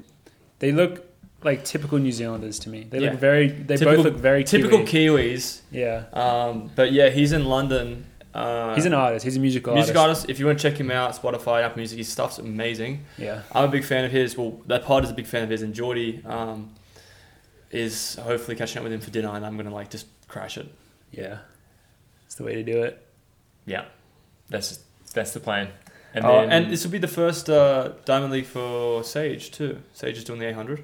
they look like typical New Zealanders to me. They
Yeah.
look very. They
Typical-
both look very
Typical
Kiwi.
Kiwis.
Yeah.
Um, but yeah, he's in London. Uh,
He's an artist. He's a musical,
music
artist.
artist. If you want to check him out, Spotify, Apple Music, his stuff's amazing.
Yeah.
I'm a big fan of his. Well, that part is a big fan of his, and Geordie um, is hopefully catching up with him for dinner, and I'm gonna like just crash it.
Yeah. It's the way to do it.
yeah, that's that's the plan.
And,
And
Oh,
then
Oh, and this will be the first uh, Diamond League for Sage too. Sage is doing the 800,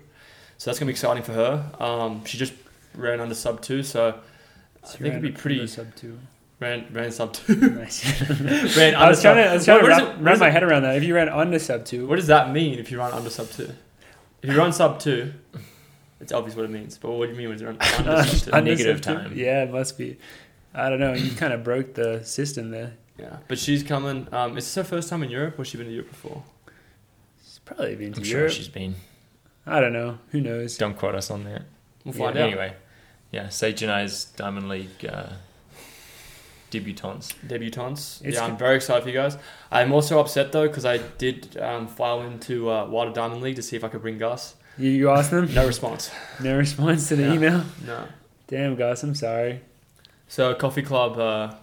so that's gonna be exciting for her. Um, she just ran under sub two, so I think it'd be pretty
sub two.
ran ran sub two.
Nice.
ran
I was trying to,
under sub-
I was trying to
What- what is
wrap,
it- what
wrap
is
my
it-
head around that. If you ran under sub two,
What does that mean if you run under sub two? If you run sub two, it's obvious what it means. But what do you mean when you run under
Uh,
sub two?
I- negative
sub two?
time.
Yeah, it must be. I don't know. You kind of broke the system there.
Yeah, but she's coming. Um, is this her first time in Europe, or has she been to Europe before?
She's probably been to
I'm sure
Europe.
she's been.
I don't know. Who knows?
Don't quote us on that.
We'll
Yeah,
find out.
Anyway, yeah, Sage and I's Diamond League uh, debutantes.
Debutantes.
It's
yeah,
con-
I'm very excited for you guys. I'm also upset though because I did um, file into uh, Wilder Diamond League to see if I could bring Gus.
You, you asked them.
No response.
No response to the
Yeah.
email.
no.
Damn, Gus. I'm sorry.
So Coffee Club. Uh,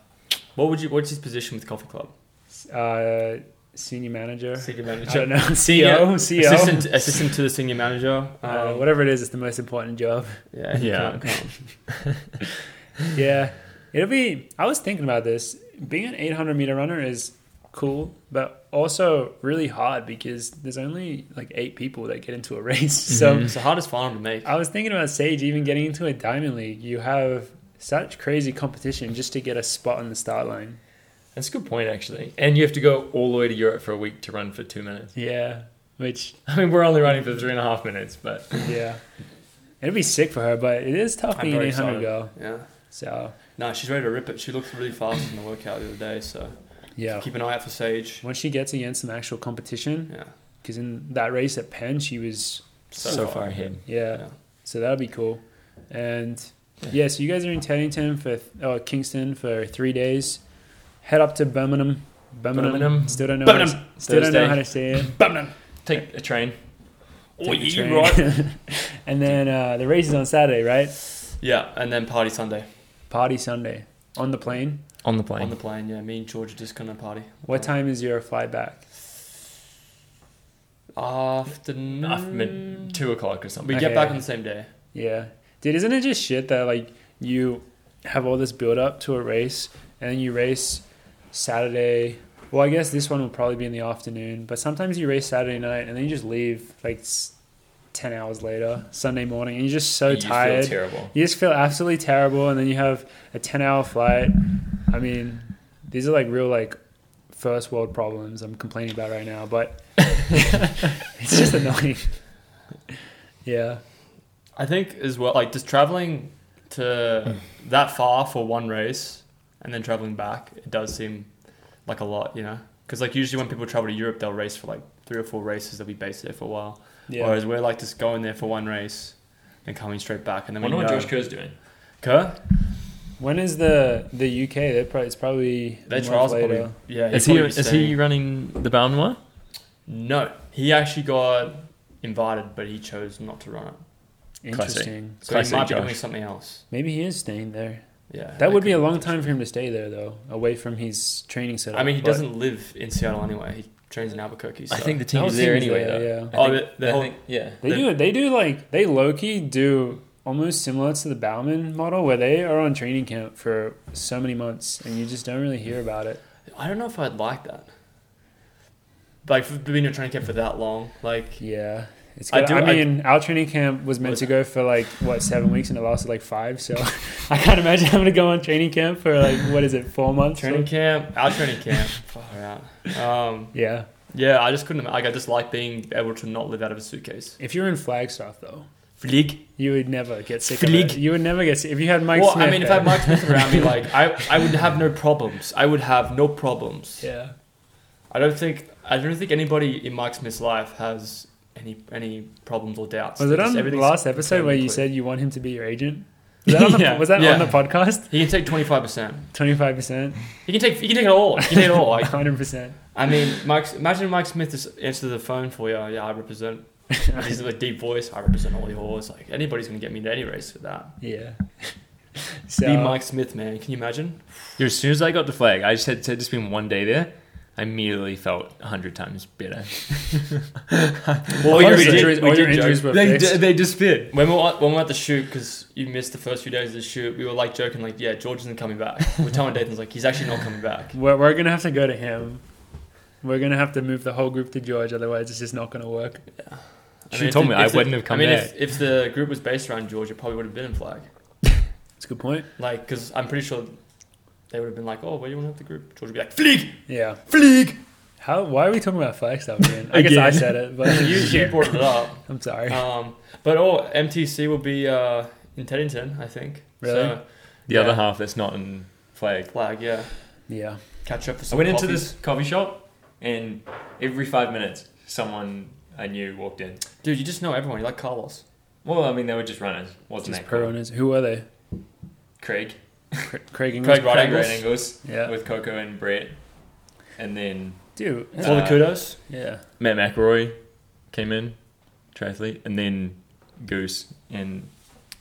what would you? What's his position with Coffee Club?
S- Uh, senior manager. E
Senior
I don't know.
Senior-
CEO. CEO.
Assistant, assistant to the senior manager.
Uh,
Um,
whatever it is, it's the most important job.
yeah. he
Yeah.
can't come.
Yeah, it'll be. I was thinking about this. Being an 800 meter runner is cool, but also really hard because there's only like eight people that get into a race. So Uh,
It's the hardest final to make.
I was thinking about Sage even getting into a diamond league. You have such crazy competition just to get a spot on the start line.
That's a good point, actually. And you have to go all the way to Europe for a week to run for two minutes.
Yeah, which
I mean, we're only running for three and a half minutes, but
yeah, it'd be sick for her, but it is tough
I'm
being an
very
800
excited.
girl.
Yeah.
So
No, she's ready to rip it. She looked really fast in the workout the other day, so
yeah.
keep an eye out for Sage.
Once she gets against some actual competition,
Yeah.
because in that race at Penn, she was
so,
So
far
far.
ahead.
Yeah.
Yeah.
So that'll be cool. And
Yeah.
yeah. so you guys are in Teddington for oh, Kingston for three days. Head up to Birmingham. Birmingham.
Birmingham.
Still don't know. How
Birmingham.
to, still don't know
Thursday. Oh,
how to say it.
Take a train.
Oh,
Take the train. and then uh, the race is on Saturday, right?
Yeah, and then party Sunday
Party Sunday on the plane.
On the
on
plane.
the plane. Yeah, me and George are just gonna party.
What time is your flight back?
Afternoon.
Off mid two o'clock or
We
something.
Okay.
get back on the same day.
Yeah, dude, isn't it just shit that like you have all this build up to a race and then you race Saturday. Well, I guess this one will probably be in the afternoon, but sometimes you race Saturday night and then you just leave like s- ten hours later Sunday morning, and you're just so
You
tired.
Feel terrible.
you just feel absolutely terrible, and then you have a ten-hour flight. I mean, these are like real like first world problems I'm complaining about right now, but it's just annoying. yeah.
I think as well, like just traveling to that far for one race and then traveling back, it does seem like a lot, you know. Because like usually when people travel to Europe, they'll race for like three or four races. They'll be based there for a while.
Yeah.
Whereas we're like just going there for one race and coming straight back, and
I
then we
wonder
know.
what Josh Kerr's doing.
Kerr?
When is the the UK? They're probably it's probably a
Their
month
trials are
later.
probably yeah. he'll
Is he
probably be
is he
staying.
running the Bowman one?
No, he actually got invited, but he chose not to run it.
Interesting.
So
Classic
he might be
Josh.
doing something else.
Maybe he is staying there.
Yeah,
That would be a
could-
long time for him to stay there, though, away from his training setup.
I mean, he
but-
doesn't live in Seattle anyway. He trains in Albuquerque. So.
I think the
That
team's
was
there
teams
anyway.
there,
though.
yeah.
I
Oh,
think-
the- the
I
whole-
think- yeah.
They do. They do like they low key do almost similar to the Bauman model, where they are on training camp for so many months, and you just don't really hear about it.
I don't know if I'd like that. Like for being a training camp for that long, like
Yeah, it's.
I
Good. I,
do- I-
mean, our training camp was meant to go for like what seven weeks, and it lasted like five. So I can't imagine having to go on training camp for like what is it, four months?
training camp, our training camp, far out. Um,
Yeah.
yeah, I just couldn't. Like I just like being able to not live out of a suitcase.
If you're in Flagstaff, though,
Flig.
you would never get sick.
Fleek.
Of it. You would never get sick if you had Mike
well,
Smith.
I mean, if I had
there.
Mike Smith around me, like I, I would have no problems. I would have no problems.
Yeah.
I don't think I don't think anybody in Mike Smith's life has any any problems or doubts.
Was it
Just
on the
everything's
last episode where you
completely
said you want him to be your agent? Was that on the,
Yeah.
was that
Yeah.
on the podcast?
clear. he can take twenty five percent?
Twenty five percent,
He can take he can take it all. He can take it all. Like,
hundred percent.
I mean, Mike. Imagine Mike Smith is answer the phone for you. Yeah, I represent. He's got a deep voice. I represent all your whores. Like anybody's gonna get me into any race with that.
Yeah. So
Be Mike Smith, man. Can you imagine?
Dude, as soon as I got the flag, I just had, had just been one day there. I immediately felt a hundred times better.
all
we
your
did-
injuries,
we
all your
did joke.
injuries were
They,
fixed.
d- they just did.
When we were, when we were at the shoot, because you missed the first few days of the shoot, we were like joking, like, yeah, George isn't coming back. We're telling Dathan's like, he's actually not coming back.
We're, we're gonna have to go to him. We're gonna have to move the whole group to George, otherwise it's just not gonna work.
I
She
mean, if
told
the-
me I
if the-
wouldn't have come
I mean,
back.
If, if the group was based around George, it probably would have been in flag.
It's a good point.
Like, because I'm pretty sure they would have been like, oh, where do you want to have the group? George would be like, Fleek!
Yeah.
Fleek!
How? Why are we talking about Flagstaff again? I guess I
Again.
said it,
But
but
you, you brought it up.
I'm sorry.
Um, but oh, MTC will be uh, in Teddington, I think.
Really?
So,
The
Yeah.
other half that's not in flag.
flag, yeah.
Yeah.
Catch up for
I
some
went into
coffees.
this coffee shop, and every five minutes, someone I knew walked in.
Dude, you just know everyone. You're like Carlos.
Well, I mean, they were just runners, wasn't
Just
they?
pro owners. Who are they?
Craig,
Cra- Craig Inglis.
Craig Right
Craig
Angles.
Right Angles
Yeah.
with Coco and Brett, and then
Dude.
All the
Uh,
kudos.
Yeah.
Matt McElroy came in, triathlete, and then Goose and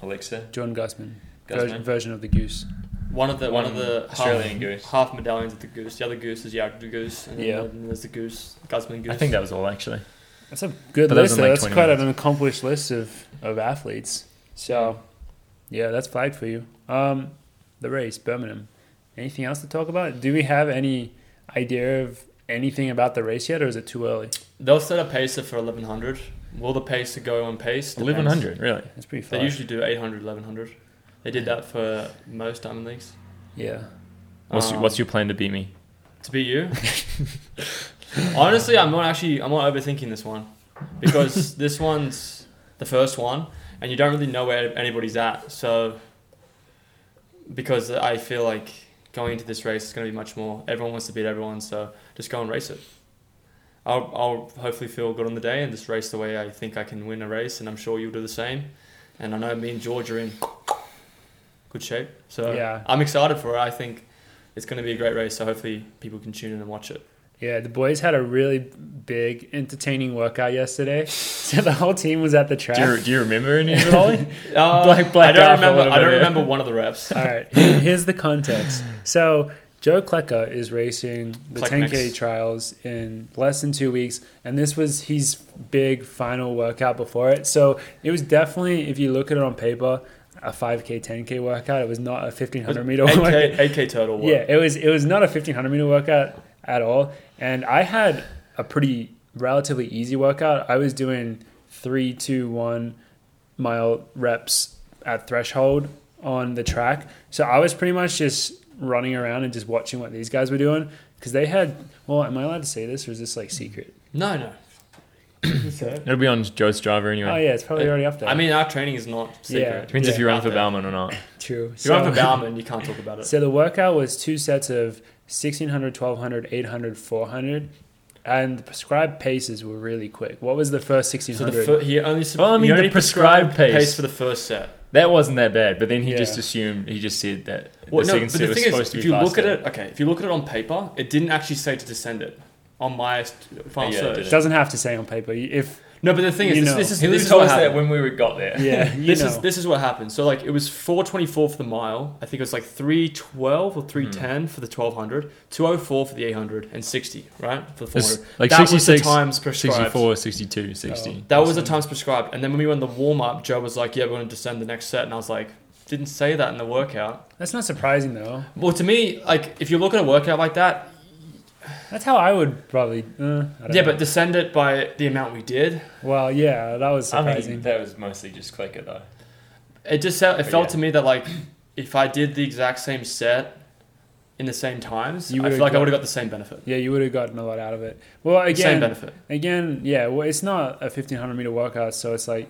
Alexa
John Gusman. Version,
Guzman.
version of the goose.
One of the one, of the
Um, Australian
half,
goose.
half medallions of the goose. The other goose is Yagd the goose, and then
Yeah.
the- there's the goose, Guzman goose.
I think that was all actually.
That's a good
But that
list.
was in,
though.
like,
that's
20
quite
minutes.
an accomplished list of, of athletes. So, yeah, that's flagged for you. Um, the race, Birmingham. Anything else to talk about? Do we have any idea of anything about the race yet, or is it too early?
they'll set a pacer for 1100. Will the pacer go on pace? Depends.
Eleven hundred, really.
It's pretty
They
far.
usually do 800, 1100. They did that for most diamond leagues.
yeah.
What's,
Um,
what's your plan to beat me?
To be you. Honestly, I'm not actually. I'm not overthinking this one because this one's the first one, and you don't really know where anybody's at. So, because I feel like going into this race is going to be much more. Everyone wants to beat everyone, so just go and race it. I'll, I'll hopefully feel good on the day and just race the way I think I can win a race, and I'm sure you'll do the same. And I know me and George are in good shape, so
Yeah.
I'm excited for it. I think it's going to be a great race, so hopefully people can tune in and watch it.
Yeah, the boys had a really big, entertaining workout yesterday. So the whole team was at the track.
Do you, do you remember any of it, Ollie?
Uh,
Black- blacked
I
out
don't
for a
remember.
little
I
bit,
don't
yeah.
remember one of the reps.
All right, here- here's the context. So Joe Klecka is racing the
Kleck
10K
Mix.
trials in less than two weeks, and this was his big final workout before it. So it was definitely, if you look at it on paper, a 5K, 10K workout. It was not a 1500 meter workout.
8K, 8K turtle. Work.
Yeah, it was it was not a 1500 meter workout at all. And I had a pretty relatively easy workout. I was doing three, two, one mile reps at threshold on the track. So I was pretty much just running around and just watching what these guys were doing because they had. Well, am I allowed to say this or is this like secret?
No, no.
It'll be on Joe's driver anyway.
Oh yeah, it's probably already up there.
I mean, our training is not secret.
Yeah.
Depends if you run
Out
for
there.
Bauman or not.
true.
If you run for Bauman, you can't talk about it.
So the workout was two sets of 1600, 1200, 800, 400. And the prescribed paces were really quick. What was the first
So the
1600?
fir- he only.
Well, I
he
mean,
only
the prescribed
prescribed
pace.
for the first set.
That wasn't that bad, but then he
Yeah.
just assumed he just said that
Well,
the
no,
second
but
set
the
was
thing
supposed
is,
to be
if you look at
faster.
it, okay, if you look at it on paper, it didn't actually say to descend it on my st- file
Yeah, it
search.
It doesn't have to say on paper. You- If
No, but the thing is,
You
this,
know.
this is
He
this
was
is
told
what
us that
happened.
when we were- got there.
yeah, you
this
know.
is this is what happened. So like it was 424 for the mile. I think it was like 312 or
Mm-hmm.
310 for the 1200, 204 for the 800, and 60 right for the 400.
It's like
that was the
66,
times prescribed.
64, 62, 60.
Oh,
That was the times prescribed. And then when we were in the warm up, Joe was like, "Yeah, we're going to descend the next set," and I was like, "Didn't say that in the workout."
That's not surprising though.
Well, to me, like if you look at a workout like that,
That's how I would probably. Uh, I don't
yeah,
know.
but descend it by the amount we did.
well, yeah, that was
I
surprising.
mean, that was mostly just clicker though.
It just felt, it
But
felt
yeah.
to me that like if I did the exact same set in the same times,
You
I
would've
feel like I
got-
would have got the same benefit.
yeah, you would have gotten a lot out of it. Well,
same
again,
benefit.
again, yeah. Well, it's not a fifteen hundred meter workout, so it's like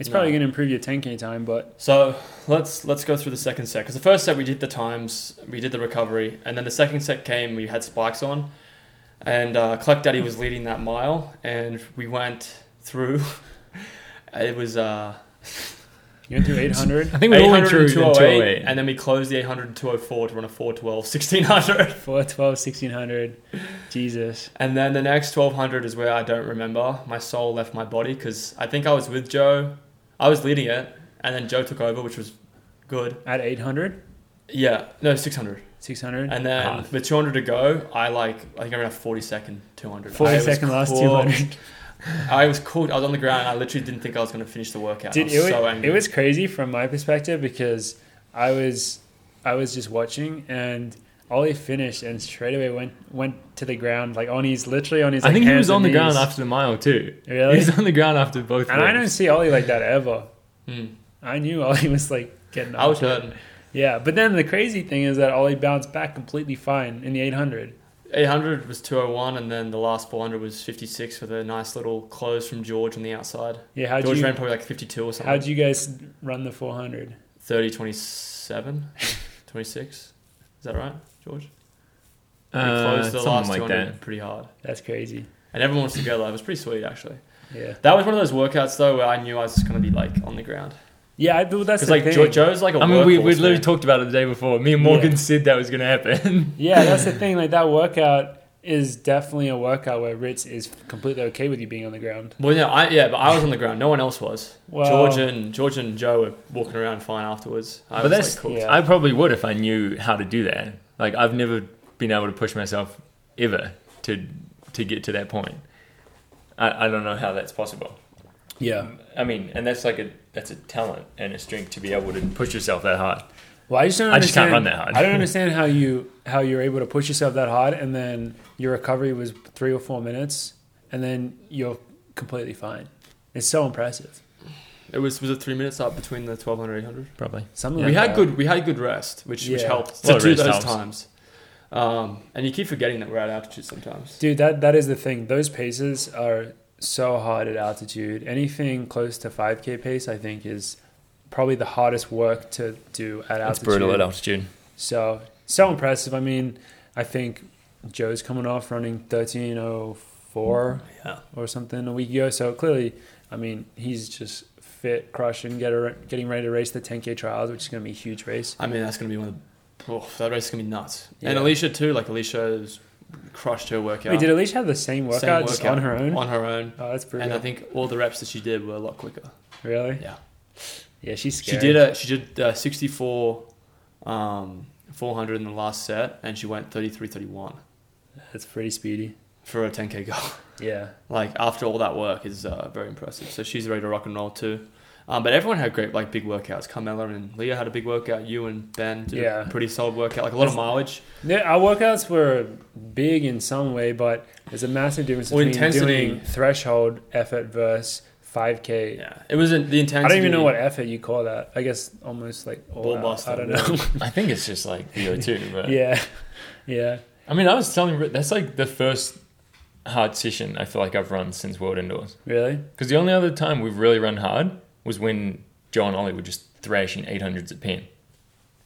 it's
No.
probably going to improve your ten k time, but
So let's let's go through the second set because the first set we did the times, we did the recovery, and then the second set came. We had spikes on, and uh, Cluck Daddy was leading that mile, and we went through. it was uh,
you went through eight hundred.
I think we all went through
800,
the
208,
208.
and then we closed the 800 and 204 to run a 412, 1600.
412, 1600. Jesus.
And then the next 1200 is where I don't remember. My soul left my body because I think I was with Joe. I was leading it, and then Joe took over, which was good.
At 800,
Yeah, no, 600.
600.
And then
Half.
with 200 to go, I like, I think I ran a 40 second 200.
40
I was
second last
cooked.
200.
I was cooked. I was on the ground. I literally didn't think I was going to finish the workout. I
Dude,
was
it, was,
so angry.
it was crazy from my perspective because I was I was just watching and Ollie finished and straight away went went to the ground like on his literally on his.
I
like,
think he
hands
was on
and
the ground
knees.
after the mile too.
Really?
He was on the ground after both.
And I
walks.
don't see Ollie like that ever.
Mm.
I knew Ollie was like getting.
I was
off it.
hurting.
Yeah, but then the crazy thing is that Ollie bounced back completely fine in the 800.
800 was 201, and then the last 400 was 56 with a nice little close from George on the outside.
Yeah, how'd
George
you
ran probably like 52 or something.
how'd you guys run the 400?
30, 27, 26. Is that right, George? We
Uh,
closed the last
something like
200
that.
pretty hard.
That's crazy.
And everyone was together. It was pretty sweet, actually.
Yeah.
That was one of those workouts, though, where I knew I was just going to be, like, on the ground.
Yeah, I, but that's
Because,
the
like,
thing.
jo- Joe's, like, a
I mean, we
workhorse,
we literally
man.
talked about it the day before. Me and Morgan said that was going to happen.
Yeah, that's the thing. Like that workout is definitely a workout where Ritz is completely okay with you being on the ground.
Well, yeah, I, yeah, but I was on the ground. No one else was.
Well,
George and George and Joe were walking around fine afterwards. I
But
was,
that's-
like, cool.
yeah.
I probably would if I knew how to do that. Like I've never been able to push myself ever to to get to that point.
I, I don't know how that's possible.
yeah.
Um,
I mean, and that's like a that's a talent and a strength to be able to.
Push yourself that hard.
Well, I just don't.
I just can't
understand-
run that hard.
I don't understand how you how you're able to push yourself that hard, and then your recovery was three or four minutes, and then you're completely fine. It's so impressive.
It was was it three minutes up between the 1200 and 800?
Probably.
Something
we
like
had
that.
good we had good rest, which which
Yeah.
helped
Well,
to do
rest
those
helps.
times. Um, and you keep forgetting that we're at altitude sometimes.
Dude, that that is the thing. Those paces are so hard at altitude. Anything close to 5k pace, I think, is probably the hardest work to do at altitude.
altitude.
So so impressive. I mean, I think Joe's coming off running 1304
Yeah.
or something a week ago. So clearly, I mean, he's just fit, crushing, get a, getting ready to race the 10k trials, which is going to be a huge race.
I mean, that's gonna be one of the oh, that race is gonna be nuts. And
Yeah.
Alicia too, like Alicia's crushed her workout.
Wait, did Alicia have the same workout,
Same
just
workout.
on her own?
on her own.
oh, that's
And I
brutal.
think all the reps that she did were a lot quicker.
Really?
Yeah.
Yeah, she's
She
scary.
did a she did uh, 64 um, 400 in the last set and she went 33 31
That's pretty speedy.
for a 10k goal.
Yeah.
like after all that work is uh, very impressive. So she's ready to rock and roll too. Um, but everyone had great like big workouts. Carmela and Leah had a big workout. You and Ben did
Yeah.
a pretty solid workout. Like a lot of mileage.
Yeah, our workouts were big in some way, but there's a massive difference
Well,
between
intensity-
doing threshold effort versus 5K.
Yeah, it was in the intensity.
I don't even know what effort you call that. I guess almost like all
Ball
out.
busting,
I don't know.
I think it's just like VO2. But
yeah, yeah.
I mean, I was telling Rick, that's like the first hard session I feel like I've run since World Indoors.
Really?
Because the only other time we've really run hard was when Joe and Ollie were just thrashing 800s at Penn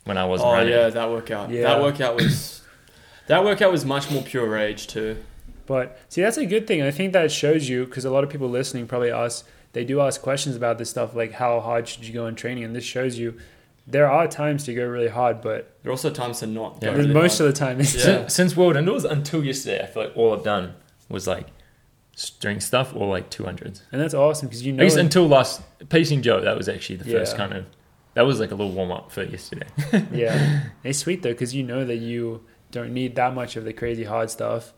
when I wasn't
Oh
running.
yeah, that workout.
Yeah.
That workout was. That workout was much more pure rage too.
But see, that's a good thing. I think that shows you because a lot of people listening, probably us, they do ask questions about this stuff, like how hard should you go in training? And this shows you there are times to go really hard, but
There are also times to not.
Yeah.
go
the-
really
most
hard.
of the time it's
Yeah.
Since, since World Indoors until yesterday, I feel like all I've done was like strength stuff or like 200s.
and that's awesome because you
I
know
guess until last pacing Joe, that was actually the first
Yeah.
kind of that was like a little warm up for yesterday.
yeah it's sweet though because you know that you don't need that much of the crazy hard stuff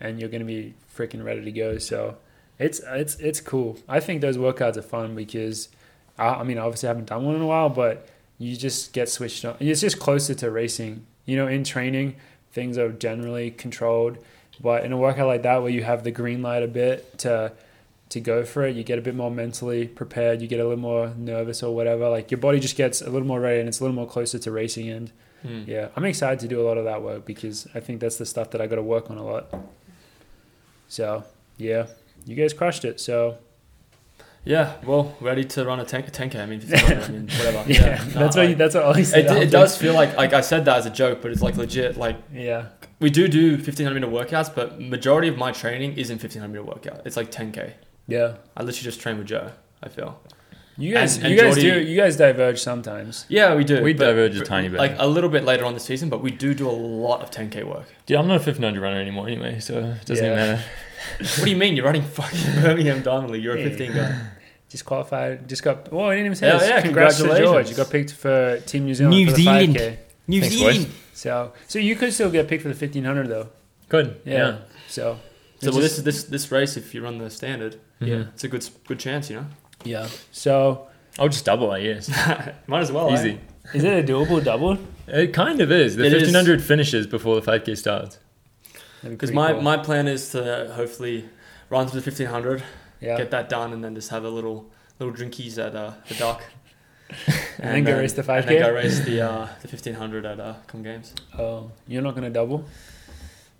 and you're going to be freaking ready to go so it's it's it's cool i think those workouts are fun because i, I mean obviously i haven't done one in a while but you just get switched on it's just closer to racing you know in training things are generally controlled but in a workout like that where you have the green light a bit to to go for it you get a bit more mentally prepared you get a little more nervous or whatever like your body just gets a little more ready and it's a little more closer to racing and
Mm.
yeah i'm excited to do a lot of that work because i think that's the stuff that i got to work on a lot so yeah you guys crushed it so
Yeah, well, ready to run a 10, 10K. I mean, 15K, I mean whatever.
yeah, that's
No,
what you, that's what ollie
I-
said
it, it
after.
does feel like like I said that as a joke, but it's like legit. Like
yeah
we do do 1500 meter workouts, but majority of my training isn't 1500 meter workout. It's like 10K.
yeah
I literally just train with Joe. I feel.
you guys
And- and
you guys
Jordy-
do you guys diverge sometimes
Yeah, we do.
we
but-
diverge a
but,
tiny bit.
Like a little bit later on this season, but we do do a lot of 10K work.
Dude, I'm not a 1500 runner anymore anyway, so it doesn't
Yeah.
even matter.
What do you mean? You're running fucking Birmingham Diamond League. You're a
Yeah.
15 guy.
just qualified just got well i didn't even say
Yeah,
this.
yeah,
congrats to george
congratulations.
you got picked for team new zealand
New
for the
Zealand.
5k
New
Thanks, boys. Zealand.
so so you could still get picked for the 1500 though
Good.
yeah,
Yeah.
so
So
It's
well,
just-
this this this race, if you run the standard,
Yeah.
it's a good s- good chance, you know.
yeah so
Mm-hmm. I'll just double it, yes.
Might as well. eh?
Easy.
Is it a doable double?
It kind of is. The
It is.
1500 finishes before the 5k starts.
Because my, my plan is to hopefully run to the 1500,
yeah,
get that done, and then just have a little little drinkies at uh, the dock.
And then go race the
And then
5K?
go race the, uh, the 1500 at uh, Com Games.
oh, you're not gonna double.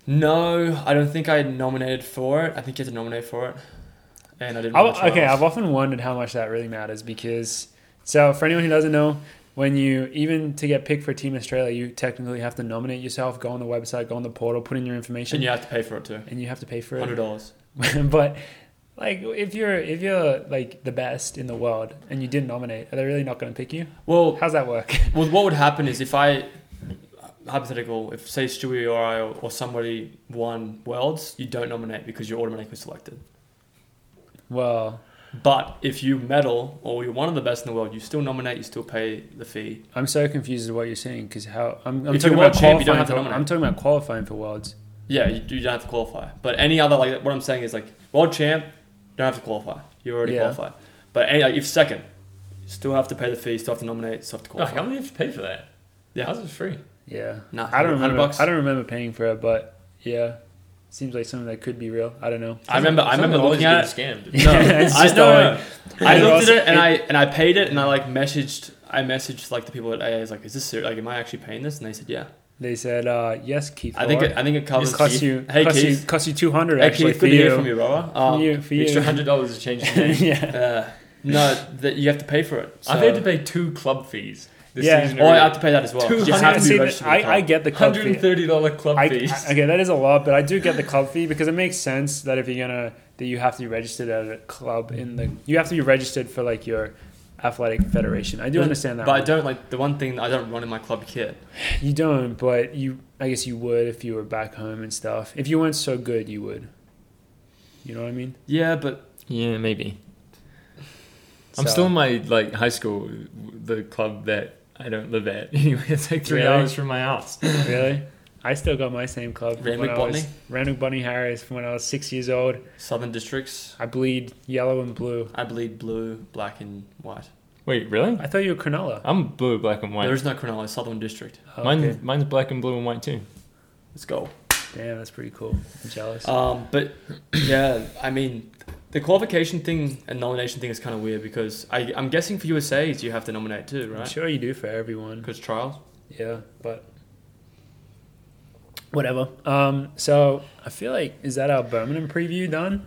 No, I don't think I nominated for it. I think you had to nominate for it. And I didn't.
I,
run the
okay, I've
trials.
often wondered how much that really matters because so for anyone who doesn't know, when you even to get picked for Team Australia, you technically have to nominate yourself, go on the website, go on the portal, put in your information,
And you have to pay for it too.
and you have to pay for
Hundred
it.
dollars.
but like, if you're if you're like the best in the world and you didn't nominate, are they really not gonna pick you?
Well,
How's that work?
Well, what would happen is if I hypothetical, if say Stewie or I or, or somebody won worlds, you don't nominate because you're automatically selected.
well,
But if you medal or you're one of the best in the world, you still nominate, you still pay the fee.
I'm so confused with what you're saying because how I'm, I'm
If
talking
you're world
about
champ, you
qualifying.
don't have to
For,
nominate.
I'm talking about qualifying for worlds.
Yeah, you, you don't have to qualify. But any other like what I'm saying is like world champ, don't have to qualify. You're already
Yeah.
qualified. But any, like, if second, you still have to pay the fee, still have to nominate, still have
Oh
to qualify.
Like, how much do you have to pay for that?
Yeah.
How's it free?
Yeah.
Nah,
I don't
100
remember.
bucks.
I don't remember paying for it, but yeah, seems like something that could be real. I don't know.
I remember. I remember
Someone
looking at it.
always getting Scammed.
No,
It's
I,
just
no,
all
no,
like-
no. I
And
looked
also
at it and
it-
I and I paid it and I like messaged I messaged like the people at AA I was like, is this serious? like am I actually paying this? And they said yeah.
They said, uh, "Yes, Keith."
I think
Lord.
it, I think it
This
covers.
costs you.
Hey
costs you,
Keith,
costs you two hundred
hey
actually
Keith,
for
good to hear from
you.
you, brother.
For
Um,
you, for
Extra
you.
hundred dollars to change the name.
yeah.
uh, no, that you have to pay for it. So.
I've had to pay two club fees this
Yeah.
season.
Oh, I have
already.
to pay that as well. You
See,
have to
see,
be
that-
registered. with
I, I
Tom.
get the club fee.
$130 club
I,
fees.
I- okay, that is a lot, but I do get the club fee because it makes sense that if you're gonna that you have to be registered at a club in the you have to be registered for like your athletic federation. I do understand that.
Mm-hmm. But I
one.
don't like the one thing that I don't run in my club kit.
You don't, but you. I guess you would if you were back home and stuff. If you weren't so good, you would. You know what I mean?
Yeah, but
yeah, maybe. I'm
So-
still in my like high school, the club that I don't live at. Anyway, it's like three
Really?
hours from my house.
really. I still got my same club. from
Randwick
when I was-
Botany?
Randwick Bunny Harris from when I was six years old.
Southern Districts,
I bleed yellow and blue.
I bleed blue, black, and white.
Wait, really?
I thought you were Cronulla.
I'm blue, black, and white.
There is no Cronulla, Southern District.
Oh,
Mine's,
okay.
mine's black and blue and white too.
Let's go.
Damn, that's pretty cool. I'm jealous.
Um, but yeah, I mean, the qualification thing and nomination thing is kind of weird because I, I'm guessing for USA's you have to nominate too,
I'm
right?
sure Mm-hmm. you do for everyone.
Because trials.
Yeah, but whatever. Um, so I feel like is that our Birmingham preview done?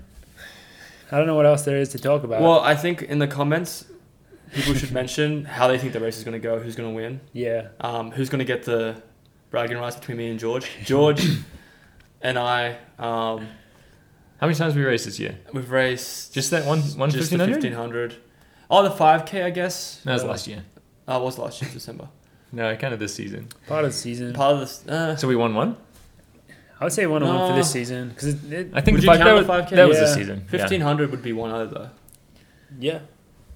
I don't know what else there is to talk about.
Well, I think in the comments, people should mention how they think the race is going to go, who's going to win,
yeah,
um, who's going to get the bragging rights between me and George. George and I um,
How many times have we raced this year?
We've raised
Just that one- one
just the
1500?
1500. Oh, the 5k, I guess.
No, it was last year.
Oh, it was last year, December.
No, kind of this season.
Part of the season.
Part of this. Uh,
So we won one.
I would say one on one for
No.
this season because it, it,
I think
Would
the
you
five,
count
that,
the
was,
5K?
that was this
Yeah.
season. Yeah.
1500 would be one over.
yeah,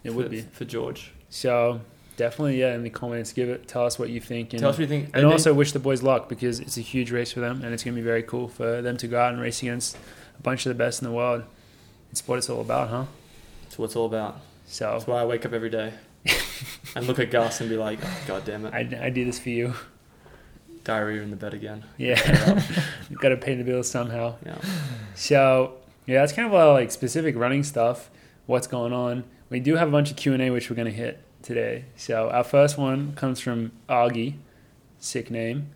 it
for,
would be.
for George.
So definitely, yeah. In the comments, give it. Tell us what you think. And,
Tell us what you think.
and also wish the boys luck because it's a huge race for them, and it's gonna be very cool for them to go out and race against a bunch of the best in the world. It's what it's all about, huh?
That's what it's all about.
So
That's why I wake up every day and look at Gus and be like, oh, God damn it,
I, I do this for you.
diarrhea in the bed again.
Yeah, got to pay the bills somehow.
Yeah.
So yeah, that's kind of our like specific running stuff. What's going on? We do have a bunch of Q and A which we're going to hit today. So our first one comes from Augie, sick name.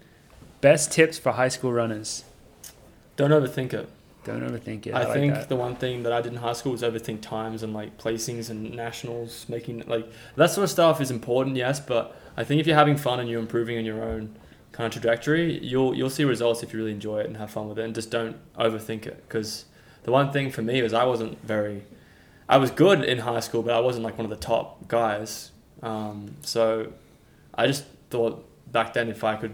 Best tips for high school runners.
Don't overthink it.
Don't overthink it.
I,
I, like
think
that.
the one thing that I did in high school was overthink times and like placings and nationals, making like that sort of stuff is important, yes. But I think if you're having fun and you're improving on your own kind of trajectory, you'll you'll see results if you really enjoy it and have fun with it, and just don't overthink it. Because the one thing for me was I wasn't very, I was good in high school, but I wasn't like one of the top guys. Um, so I just thought back then if I could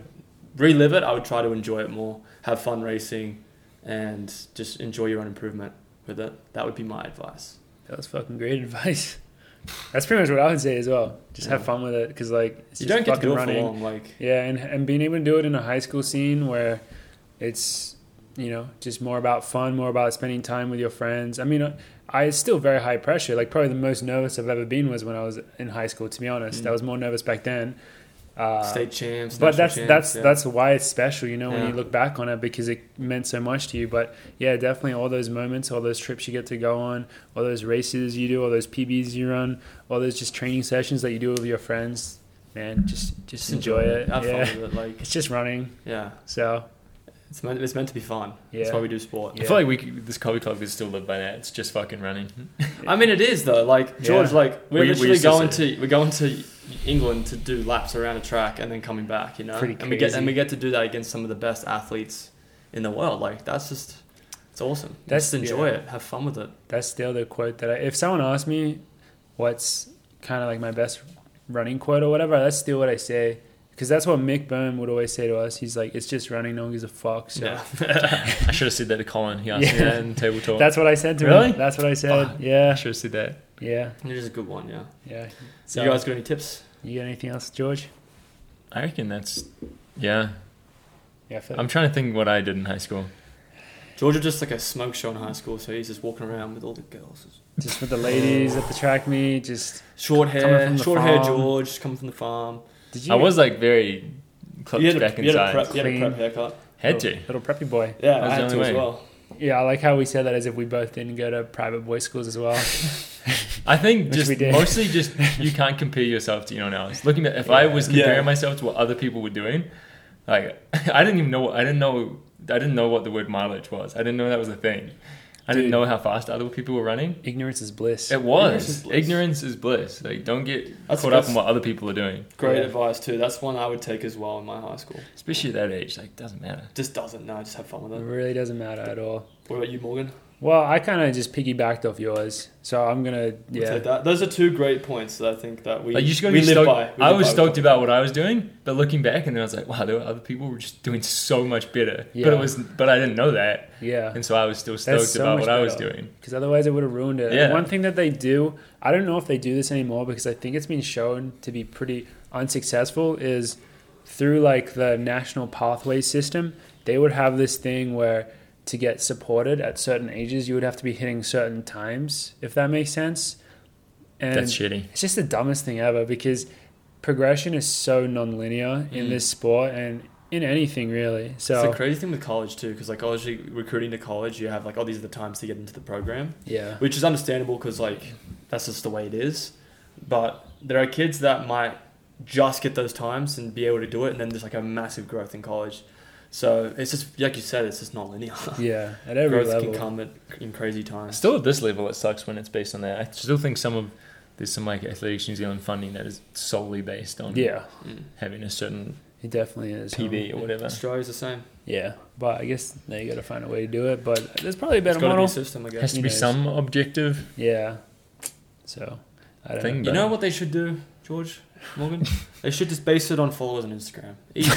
relive it, I would try to enjoy it more, have fun racing and just enjoy your own improvement with it. That would be my advice.
that was fucking great advice. That's pretty much what I would say as well. Just have
Yeah.
fun with it because like it's
you
just
don't get
fucking
to do it
running.
for long. Like
Yeah, and and being able to do it in a high school scene where it's you know just more about fun, more about spending time with your friends. I mean, uh, I it's still very high pressure. Like probably the most nervous I've ever been was when I was in high school. To be honest,
Mm.
I was more nervous back then. Uh,
state champs,
but
national
that's
champs,
that's
yeah.
that's why it's special, you know, when
Yeah.
you look back on it because it meant so much to you. But yeah, definitely all those moments, all those trips you get to go on, all those races you do, all those PBs you run, all those just training sessions that you do with your friends. Man, just just
Just
enjoy it.
Have
Yeah.
fun with it. Like
It's just running.
yeah,
So
it's meant it's meant to be fun.
Yeah.
That's why we do sport.
Yeah.
I feel like we c- this coffee club could still live by that. It's just fucking running.
I mean, it is though. Like George,
Yeah.
like
We-
we're
we
literally
used to
going
say-
to we're going to England to do laps around a track and then coming back. You know,
Pretty
and we get
crazy.
and we get to do that against some of the best athletes in the world. Like that's just it's awesome.
That's-
just enjoy
yeah.
it. Have fun with it.
that's the other quote that I, if someone asks me what's kind of like my best running quote or whatever, that's still what I say. Because that's what Mick Byrne would always say to us. He's like, it's just running, no one gives a fuck. So
Yeah.
I should have said that to Colin. He asked me
Yeah.
that in table talk.
that's what I said to
Really?
him. That's what I said.
Fuck. I
Yeah.
should have said that.
Yeah.
it is a good one. Yeah.
Yeah.
So
So
you guys got any tips?
you got anything else, George?
I reckon that's. Yeah,
Yeah. I feel
I'm trying to think what I did in high school.
George was just like a smoke show in high school, so he's just walking around with all the girls.
just with the ladies at the track meet. Just
Short
Coming
hair,
from the
short hair
farm.
George, just coming from the farm.
did
I was like very clutched
You had,
back
a, you, had a
inside.
prep, oh. you had a prep
Clean.
haircut.
Had
little,
to.
little preppy boy.
Yeah,
That was
I
the
had to
only
as
way.
well.
Yeah, I like how we said that as if we both didn't go to private boys schools as well.
I think
Which
just
we did.
mostly just you can't compare yourself to anyone else. Looking at if I
Yeah.
was comparing
Yeah.
myself to what other people were doing, like I didn't even know I didn't know I didn't know what the word mileage was. I didn't know that was a thing. I didn't
Dude.
know how fast other people were running.
Ignorance is bliss.
It
Ignorance is
was
bliss.
ignorance is bliss. Like don't get
That's-
caught up
that's-
in what other people are doing,
Great
Yeah.
advice too. That's one I would take as well in my high school.
especially at that age. Like doesn't matter.
Just doesn't. No, just have fun
It
with it.
really doesn't matter at all.
What about you, Morgan?
Well, I kind of just piggybacked off yours, so I'm gonna
We'll
yeah.
take that. Those are two great points that I think that we
Like you just gotta
we
be
live
stoked.
by. We
I
live
was
by.
stoked about what I was doing, but looking back and then I was like, wow, there were other people who were just doing so much better.
Yeah.
But it was but I didn't know that,
Yeah,
and so I was still stoked
That's so
about
much
what I was
better.
doing.
because otherwise it would have ruined it.
Yeah.
One thing that they do, I don't know if they do this anymore because I think it's been shown to be pretty unsuccessful. Is through like the national pathway system, they would have this thing where to get supported at certain ages, you would have to be hitting certain times, if that makes sense. And
That's shitty.
It's just the dumbest thing ever because progression is so nonlinear in
Mm.
this sport and in anything really.
It's
So
the crazy thing with college too, because like obviously recruiting to college, you have like, oh, these are the times to get into the program.
yeah,
which is understandable because like that's just the way it is. But there are kids that might just get those times and be able to do it, and then there's like a massive growth in college. So it's just like you said, it's just not linear.
yeah, at every
growth
level.
can come at, in crazy times.
Still at this level, it sucks when it's based on that. I still think some of there's some like Athletics New Zealand funding that is solely based on
Yeah,
Mm.
having a certain
It definitely is. huh?
PB or whatever.
Australia's the same.
Yeah, but I guess they got to find a way to do it. But there's probably a
It's
better
got to be
model.
a system, I guess.
Has to be
Nice.
some objective
yeah. So I don't
thing.
You
but-
know what they should do, George Morgan? they should just base it on followers on Instagram. Easy.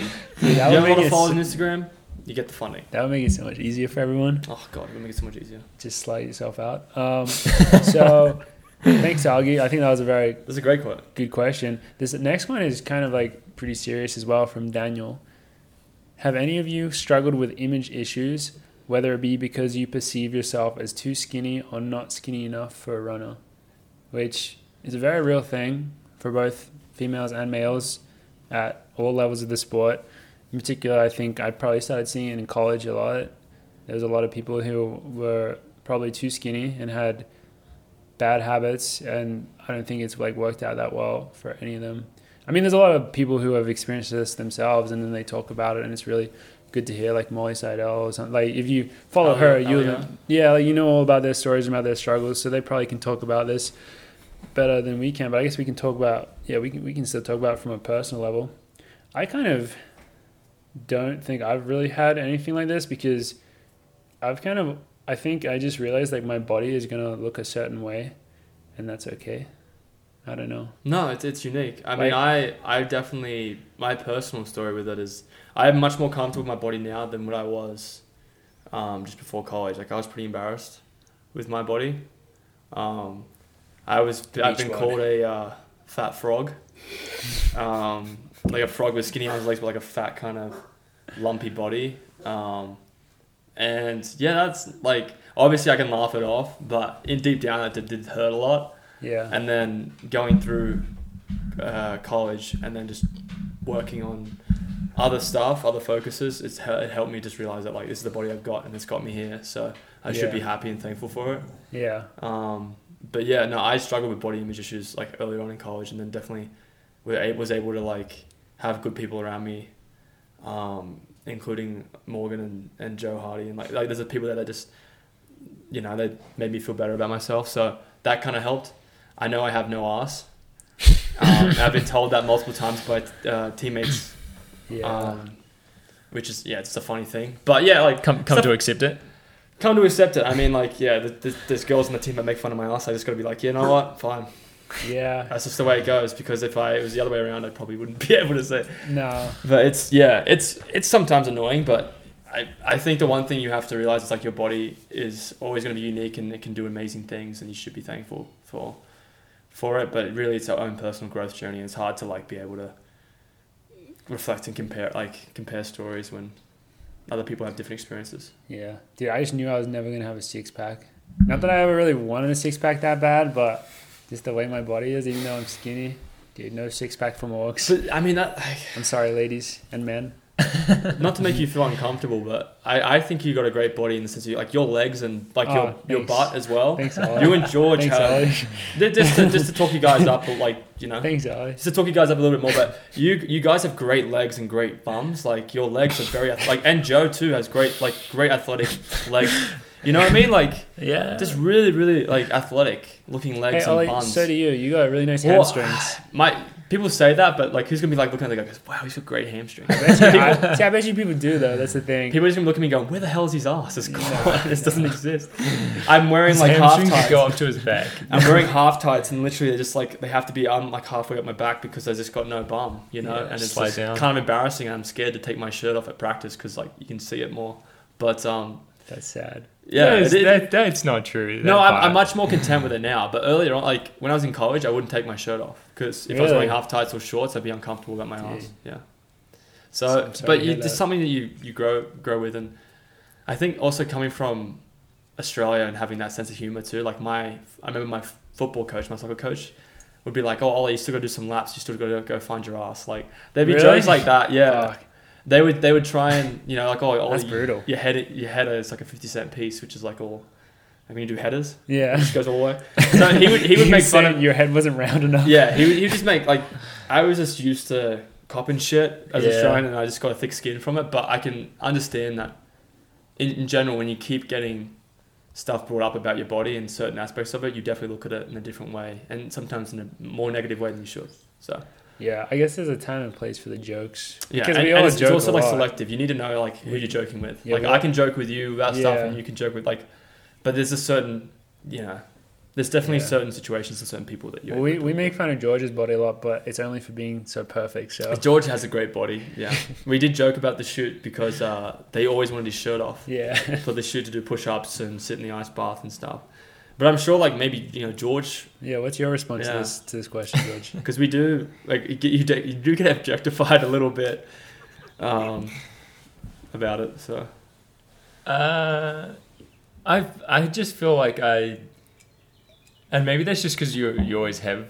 Easy.
know. Dude,
You
that,
have a
would
lot
make
of
it,
followers on
s-
Instagram, you get the funding.
that would make it so much easier for everyone.
Oh god, it would make it so much easier.
Just slide yourself out. Um, so thanks, Augie. I think that was a very
That's a great quote.
Good question. This next one is kind of like pretty serious as well from Daniel. Have any of you struggled with image issues, whether it be because you perceive yourself as too skinny or not skinny enough for a runner? Which is a very real thing for both females and males at all levels of the sport. In particular, I think I probably started seeing it in college a lot. There was a lot of people who were probably too skinny and had bad habits and I don't think it's like worked out that well for any of them. I mean there's a lot of people who have experienced this themselves and then they talk about it and it's really good to hear like Molly Seidel or something like if you follow
Oh,
her
yeah.
you
Oh,
yeah,
yeah.
yeah like, you know all about their stories and about their struggles so they probably can talk about this better than we can but I guess we can talk about yeah we can we can still talk about it from a personal level. I kind of don't think I've really had anything like this because I've kind of I think I just realized like my body is gonna look a certain way, and that's okay. I don't know.
No, it's it's unique. I
Like-
mean I I definitely my personal story with it is I'm much more comfortable with my body now than what I was um, just before college. Like I was pretty embarrassed with my body. Um, I was I've been
Beachbody.
called a uh, fat frog. um, like a frog with skinny arms and legs but like a fat kind of lumpy body. Um, and yeah, that's like obviously I can laugh it off, but in deep down that did, did hurt a lot.
Yeah,
And then going through uh, college and then just working on other stuff, other focuses, it's hel- it helped me just realize that like this is the body I've got and it's got me here, so I should
Yeah.
be happy and thankful for it.
yeah,
Um, but yeah, no, I struggled with body image issues like earlier on in college, and then definitely wa- a- was able to like have good people around me, um, including Morgan and, and Joe Hardy, and like like there's the people that I just, you know, they made me feel better about myself. So that kind of helped. I know I have no ass. um, I've been told that multiple times by uh, teammates,
yeah.
um, which is yeah, it's a funny thing. But yeah, like
Come, come
Stuff-
to accept it.
come to accept it. I mean, like, yeah, th- th- there's girls on the team that make fun of my ass. I just got to be like, you know what, fine.
yeah,
That's just the way it goes. Because if I it was the other way around, I probably wouldn't be able to say.
no,
But it's yeah, it's it's sometimes annoying, but. I, I think the one thing you have to realize is like your body is always going to be unique and it can do amazing things and you should be thankful for for it but really it's our own personal growth journey it's hard to like be able to reflect and compare like compare stories when other people have different experiences
yeah, dude. I just knew I was never gonna have a six pack. Not that I ever really wanted a six pack that bad, but just the way my body is, even though I'm skinny, dude. No six pack from orcs.
but, I mean that
I'm sorry, ladies and men.
not to make you feel uncomfortable, but I, I think you got a great body in the sense of like your legs and like your,
Ah,
your
thanks.
butt as well.
Thanks, Ollie.
You and George
Thanks,
have
Ollie.
Th- just to, just to talk you guys up, like you know,
Thanks, Ollie.
just to talk you guys up a little bit more. But you you guys have great legs and great bums. Like your legs are very ath- like, and Joe too has great like great athletic legs. You know what I mean? Like
Yeah.
just really really like athletic looking legs
Hey,
and
Ollie.
buns.
So do you. You got really nice
Well,
hamstrings.
My people say that, but like who's gonna be like looking at the guy? Goes, wow, he's got great hamstrings.
I bet you- I- see, I bet you people do though. That's the thing.
People are just gonna look at me going, "Where the hell is his ass? It's gone. this doesn't exist." I'm wearing like half tights.
go up to his back.
I'm wearing half tights, and literally they're just like they have to be um like halfway up my back because I just got no bum, you know.
Yeah,
and it's
slide
just
down.
kind of embarrassing. And I'm scared to take my shirt off at practice because like you can see it more. But um,
That's sad.
yeah,
That is-
it-
that- that's not true.
no,
that
I'm,
part.
I'm much more content with it now. But earlier on, like when I was in college, I wouldn't take my shirt off because if I was
Really?
wearing half tights or shorts, I'd be uncomfortable about my
Dude.
ass. Yeah.
So-
So,
I'm sorry
but
to
you,
hear
it's
that.
something that you you grow grow with, and I think also coming from Australia and having that sense of humor too. Like my, I remember my f- football coach, my soccer coach. Would be like, oh, Ollie, you still got to do some laps. You still got to go find your ass. Like there'd be
Really?
jokes like that. Yeah,
Fuck,
they would they would try and you know like, oh, Ollie,
that's
you-
brutal.
your header your header is like a fifty cent piece, which is like all. I mean, you do headers
Yeah.
just goes all the way. So he would he would
You
make fun
said
of
your head wasn't round enough.
yeah he would, he would just make like I was just used to copping shit as
Yeah.
Australian and I just got a thick skin from it. But I can understand that in, in general when you keep getting stuff brought up about your body and certain aspects of it, you definitely look at it in a different way and sometimes in a more negative way than you should. So
Yeah, I guess there's a time and place for the jokes.
Yeah,
because
and,
we
and
all
it's, it's
joke
also
a
like
lot.
selective. You need to know like who you're joking with.
Yeah,
like
but-
I can joke with you about stuff,
Yeah.
and you can joke with like, but there's a certain you know, there's definitely
Yeah.
certain situations and certain people that you.
Well, we, we make fun of George's body a lot, but it's only for being so perfect. So
George has a great body. Yeah, we did joke about the shoot because uh, they always wanted his shirt off
yeah,
for the shoot to do push-ups and sit in the ice bath and stuff. But I'm sure like maybe you know George
yeah. What's your response to
Yeah.
this to this question, George?
because we do like you, get- you do- you do get objectified a little bit um, about it. So
Uh, I I just feel like I, and maybe that's just because you you always have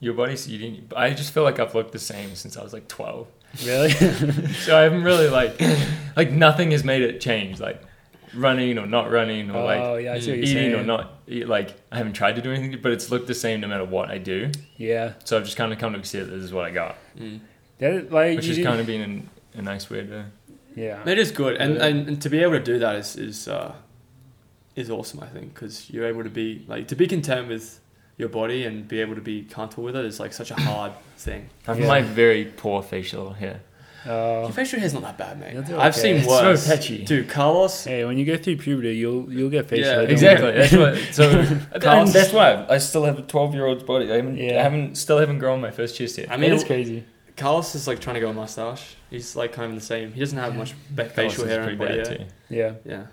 your body, so you didn't. but I just feel like I've looked the same since I was like twelve,
really?
so I haven't really like like nothing has made it change, like running or not running or
oh
like
yeah, I see what you're
eating
saying.
or not eat, like I haven't tried to do anything, but it's looked the same no matter what I do.
Yeah,
So I've just kind of come to accept that this is what I got,
that, like
which
you
has
did-
kind of been an, a nice way to.
yeah.
It is good, and,
Yeah.
and, and to be able to do that is is uh, is awesome. I think because you're able to be like to be content with your body and be able to be comfortable with it is like such a hard thing.
I have
Yeah.
my very poor facial hair.
Oh.
Your facial hair's not that bad, mate.
You'll do
I've
okay.
seen
It's so
worse.
patchy.
Dude, Carlos.
Hey, when you go through puberty, you'll you'll get facial.
Yeah,
hair, don't
Exactly.
worry.
That's what. So and
Carl's-
that's why I still have a twelve-year-old's body. I haven't.
Yeah.
I haven't. Still haven't grown my first chest yet.
I
That
mean,
is crazy.
Carlos is like trying to go a mustache. He's like kind of the same. He doesn't have much ba- facial hair and body hair.
Yeah,
Yeah.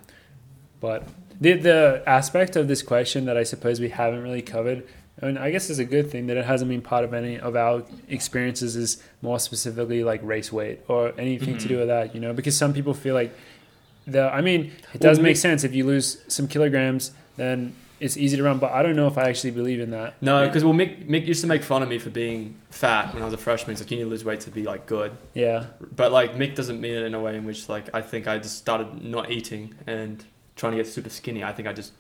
but the the aspect of this question that I suppose we haven't really covered, and I guess is a good thing that it hasn't been part of any of our experiences is more specifically like race weight or anything
Mm-hmm.
to do with that, you know, because some people feel like the. I mean, it
Well,
does
we-
make sense if you lose some kilograms, then it's easy to run. But I don't know if I actually believe in that.
No, because well, Mick, Mick used to make fun of me for being fat when I was a freshman. He's like, you need to lose weight to be like good.
Yeah,
But like Mick doesn't mean it in a way in which like I think I just started not eating and trying to get super skinny. I think I just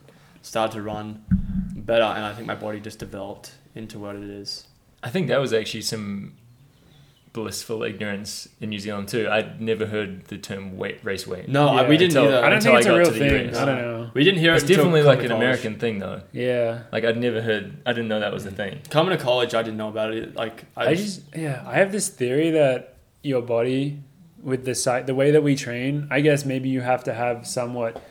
started to run better, and I think my body just developed into what it is.
I think that was actually some blissful ignorance in New Zealand too. I'd never heard the term weight, race weight.
No, I, we
Yeah,
didn't
until-
either.
I don't
Until
think it's
I
a
got
real
to the
thing.
US.
I don't know.
we didn't hear
It's
it. until
definitely
coming
like
to
an
college.
American thing though.
Yeah.
Like I'd never heard. I didn't know that was the thing.
Coming to college, I didn't know about it. Like
I just yeah, I have this theory that your body with the site the way that we train, I guess maybe you have to have somewhat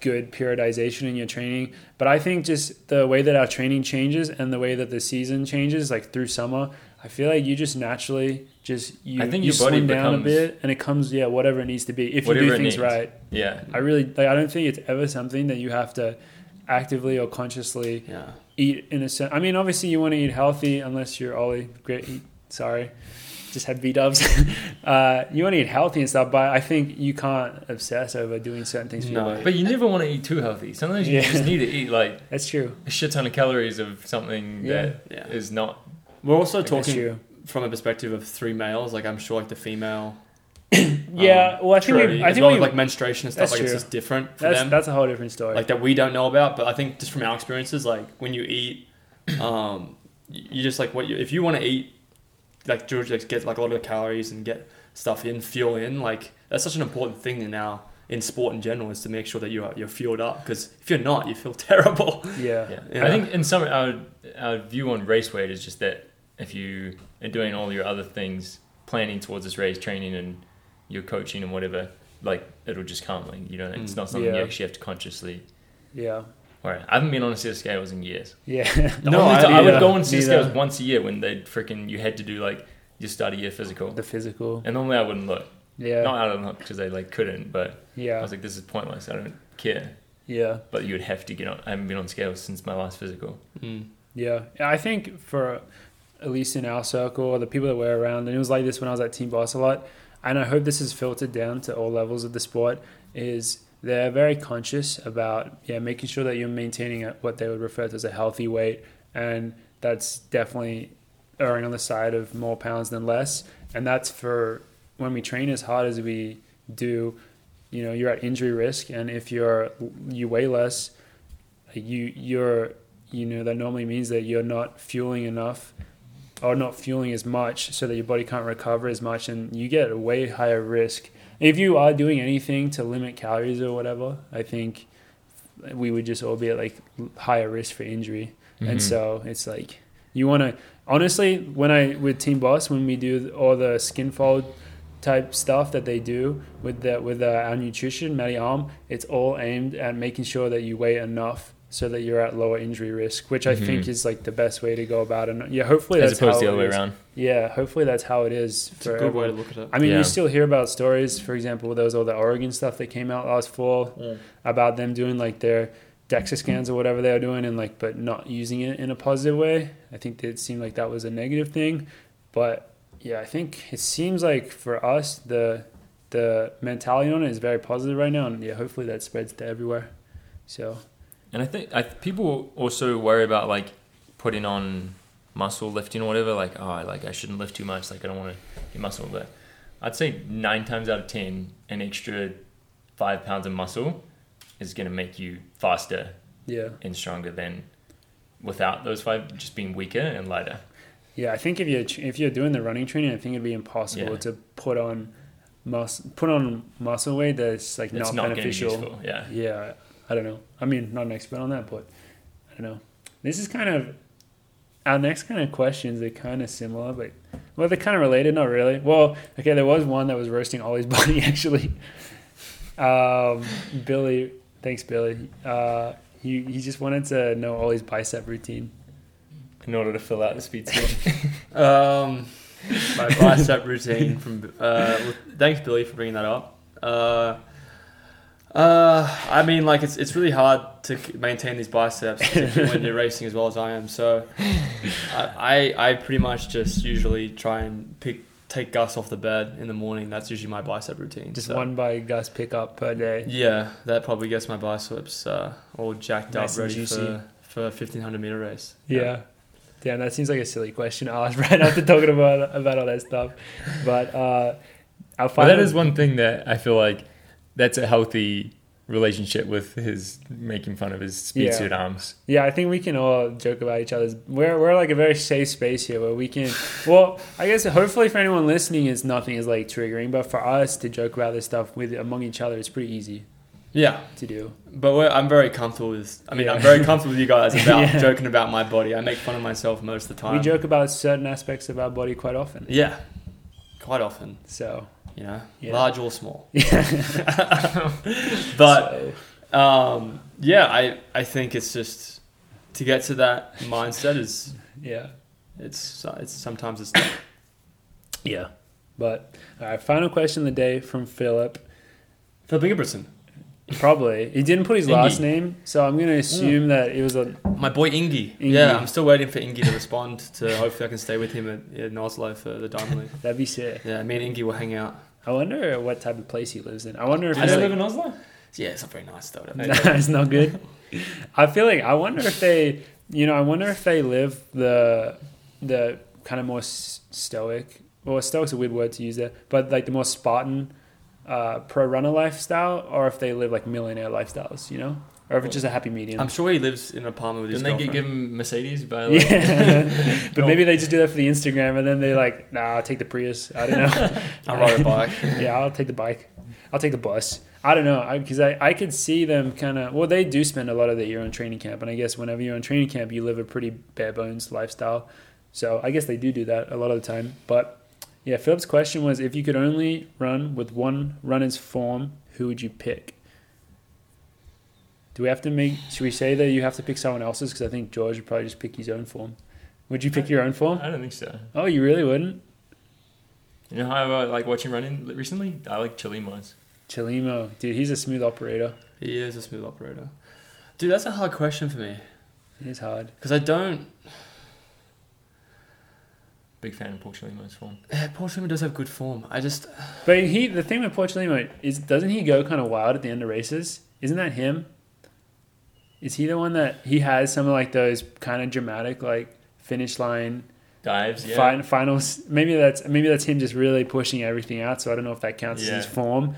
good periodization in your training, but I think just the way that our training changes and the way that the season changes like through summer, I feel like you just naturally just you,
I think
you
your body
slim down a
becomes-
bit and it comes yeah, whatever it needs to be if you do
Whatever it
things
needs.
right.
Yeah.
I really like I don't think it's ever something that you have to actively or consciously
yeah.
eat in a sense. I mean, obviously you want to eat healthy unless you're Ollie. Great, eat. sorry, just had B dubs. uh, you want to eat healthy and stuff, but I think you can't obsess over doing certain things. For your
No.
body.
But you never want to eat too healthy. Sometimes you
Yeah.
just need to eat like
that's true.
a shit ton of calories of something
Yeah.
that
Yeah.
is not.
We're also
That's
talking
true.
from a perspective of three males. Like I'm sure, like the female. um,
Yeah. Well, I think
True.
we. I
as
think
well
we.
as like menstruation and stuff.
That's
Like
true.
it's just different for
that's
them.
that's a whole different story.
like that we don't know about. But I think just from our experiences, like when you eat, um, you just like what you if you want to eat, like George like, get like a lot of calories and get stuff in, fuel in. Like that's such an important thing now in sport in general is to make sure that you're you're fueled up because if you're not, you feel terrible.
yeah.
Yeah.
Yeah.
I think in some our our view on race weight is just that if you are doing all your other things, planning towards this race, training and your coaching and whatever, like it'll just come. Like you know, it's
Mm.
not something
Yeah.
you actually have to consciously.
Yeah.
Or I haven't been on a set of scales in years.
Yeah.
The
No,
only
I-
time- I, would
neither.
go on set of
Neither.
scales once a year when they freaking you had to do like your start of year physical,
the physical.
and normally I wouldn't look.
Yeah.
Not out of look because I like couldn't, but I
yeah.
was like, this is pointless. I don't care.
Yeah.
But you'd have to get on. I haven't been on scales since my last physical.
Mm.
Yeah, Yeah, I think for at least in our circle or the people that we're around, and it was like this when I was at Team Boss a lot, and I hope this is filtered down to all levels of the sport. Is they're very conscious about yeah making sure that you're maintaining a, what they would refer to as a healthy weight, and that's definitely erring on the side of more pounds than less, and that's for when we train as hard as we do. You know, you're at injury risk, and if you're you weigh less, you you're you know that normally means that you're not fueling enough or not fueling as much so that your body can't recover as much and you get a way higher risk if you are doing anything to limit calories or whatever i think we would just all be at like higher risk for injury and
Mhm.
so it's like you want to honestly, when I with Team Boss, when we do all the skin fold type stuff that they do with the, with uh, our nutrition, Matty Arm, it's all aimed at making sure that you weigh enough so that you're at lower injury risk, which I think
Mhm.
is like the best way to go about it. Yeah, hopefully
Mm-hmm. as
that's
opposed
how
to the other
it
way
is.
around.
Yeah, hopefully that's how it is
It's a
for
good way
everyone.
to look at it.
I mean,
Yeah.
you still hear about stories. For example, there was all the Oregon stuff that came out last fall about them doing like their DEXA scans or whatever they were doing, and like, but not using it in a positive way. I think that it seemed like that was a negative thing, but yeah, I think it seems like for us the the mentality on it is very positive right now, and yeah, hopefully that spreads to everywhere. So
And I think I, th- people also worry about like putting on muscle lifting or whatever. Like, oh, like I shouldn't lift too much. Like, I don't want to get muscle. But I'd say nine times out of ten, an extra five pounds of muscle is going to make you faster
yeah,
and stronger than without those five just being weaker and lighter.
yeah, I think if you're tr- if you're doing the running training, I think it'd be impossible
Yeah.
to put on mus- put on muscle weight that's like
It's
not,
not, going to be
beneficial.
useful. Yeah.
yeah, I don't know. I mean, not an expert on that, but I don't know. This is kind of our next kind of questions. They're kind of similar, but well, they're kind of related. Not really. Well, okay, there was one that was roasting Ollie's body actually. Um, Billy, thanks, Billy. Uh, he he just wanted to know Ollie's bicep routine.
In order to fill out the speed score.
Um, my bicep routine from. Uh, well, thanks, Billy, for bringing that up. Uh, uh, I mean, like it's it's really hard to c- maintain these biceps particularly when you're racing as well as I am. So, I, I I pretty much just usually try and pick take Gus off the bed in the morning. That's usually my bicep routine.
Just
So-
one by Gus pickup per day.
Yeah, that probably gets my biceps uh, all jacked
Nice
up,
and
ready
juicy.
for for a 1500 meter race.
Yeah. Damn, that seems like a silly question to ask right after talking about about all that stuff. But uh, our
But
final
that is one thing that I feel like that's a healthy relationship with his making fun of his speed
Yeah.
suit arms.
Yeah, I think we can all joke about each other's. We're we're like a very safe space here where we can. Well, I guess hopefully for anyone listening, it's nothing is like triggering. But for us to joke about this stuff with among each other, it's pretty easy
Yeah,
to do.
But we're, I'm very comfortable with. I mean,
Yeah.
I'm very comfortable with you guys about
Yeah.
joking about my body. I make fun of myself most of the time.
We joke about certain aspects of our body quite often.
Yeah, quite often.
So
You know,
Yeah.
large or small.
yeah,
But um, yeah, I I think it's just to get to that mindset is
yeah,
it's it's sometimes it's
yeah. But all right, final question of the day from Philip.
Phil Ingebrigtsen,
Probably he didn't put his
Ingy.
last name, so I'm gonna assume that it was a
my boy Ingy.
Ingy.
Yeah, I'm still waiting for Ingy to respond. To hopefully I can stay with him at, in Oslo for the Diamond League.
that'd be sick.
Yeah, me and Ingy will hang out.
I wonder what type of place he lives in. I wonder if
Do
it's,
they
like-
live
in Oslo?
Yeah, it's not very nice though.
No, it's not good. I feel like I wonder if they, you know, I wonder if they live the the kind of more s- stoic. Well, stoic's a weird word to use there, but like the more Spartan uh, pro runner lifestyle, or if they live like millionaire lifestyles, you know, or if it's just a happy medium.
I'm sure he lives in an apartment with his
Didn't they
girlfriend.
get given Mercedes by like
yeah, but
No.
maybe they just do that for the Instagram, and then they like, nah, I'll take the Prius. I don't know.
I ride a bike.
yeah, I'll take the bike. I'll take the bus. I don't know because I, I, could see them kind of. Well, they do spend a lot of the year on training camp, and I guess whenever you're on training camp, you live a pretty bare bones lifestyle. So I guess they do do that a lot of the time. But yeah, Philip's question was if you could only run with one runner's form, who would you pick? Do we have to make? Should we say that you have to pick someone else's? Because I think George would probably just pick his own form. Would you pick your own form?
I don't think so.
Oh, you really wouldn't?
You know how I like watching running recently? I like chili mines.
Chalimo, dude, he's a smooth operator.
He is a smooth operator. Dude, that's a hard question for me
He's hard.
because I don't.
Big fan of Paul chili mines form.
Eh, Paul Schwimmer does have good form. I just
But he, the thing with Pochettino is, doesn't he go kind of wild at the end of races? Isn't that him? Is he the one that he has some of like those kind of dramatic like finish line
Dives, yeah.
fin- finals? Maybe that's maybe that's him just really pushing everything out. So I don't know if that counts
Yeah.
as his form,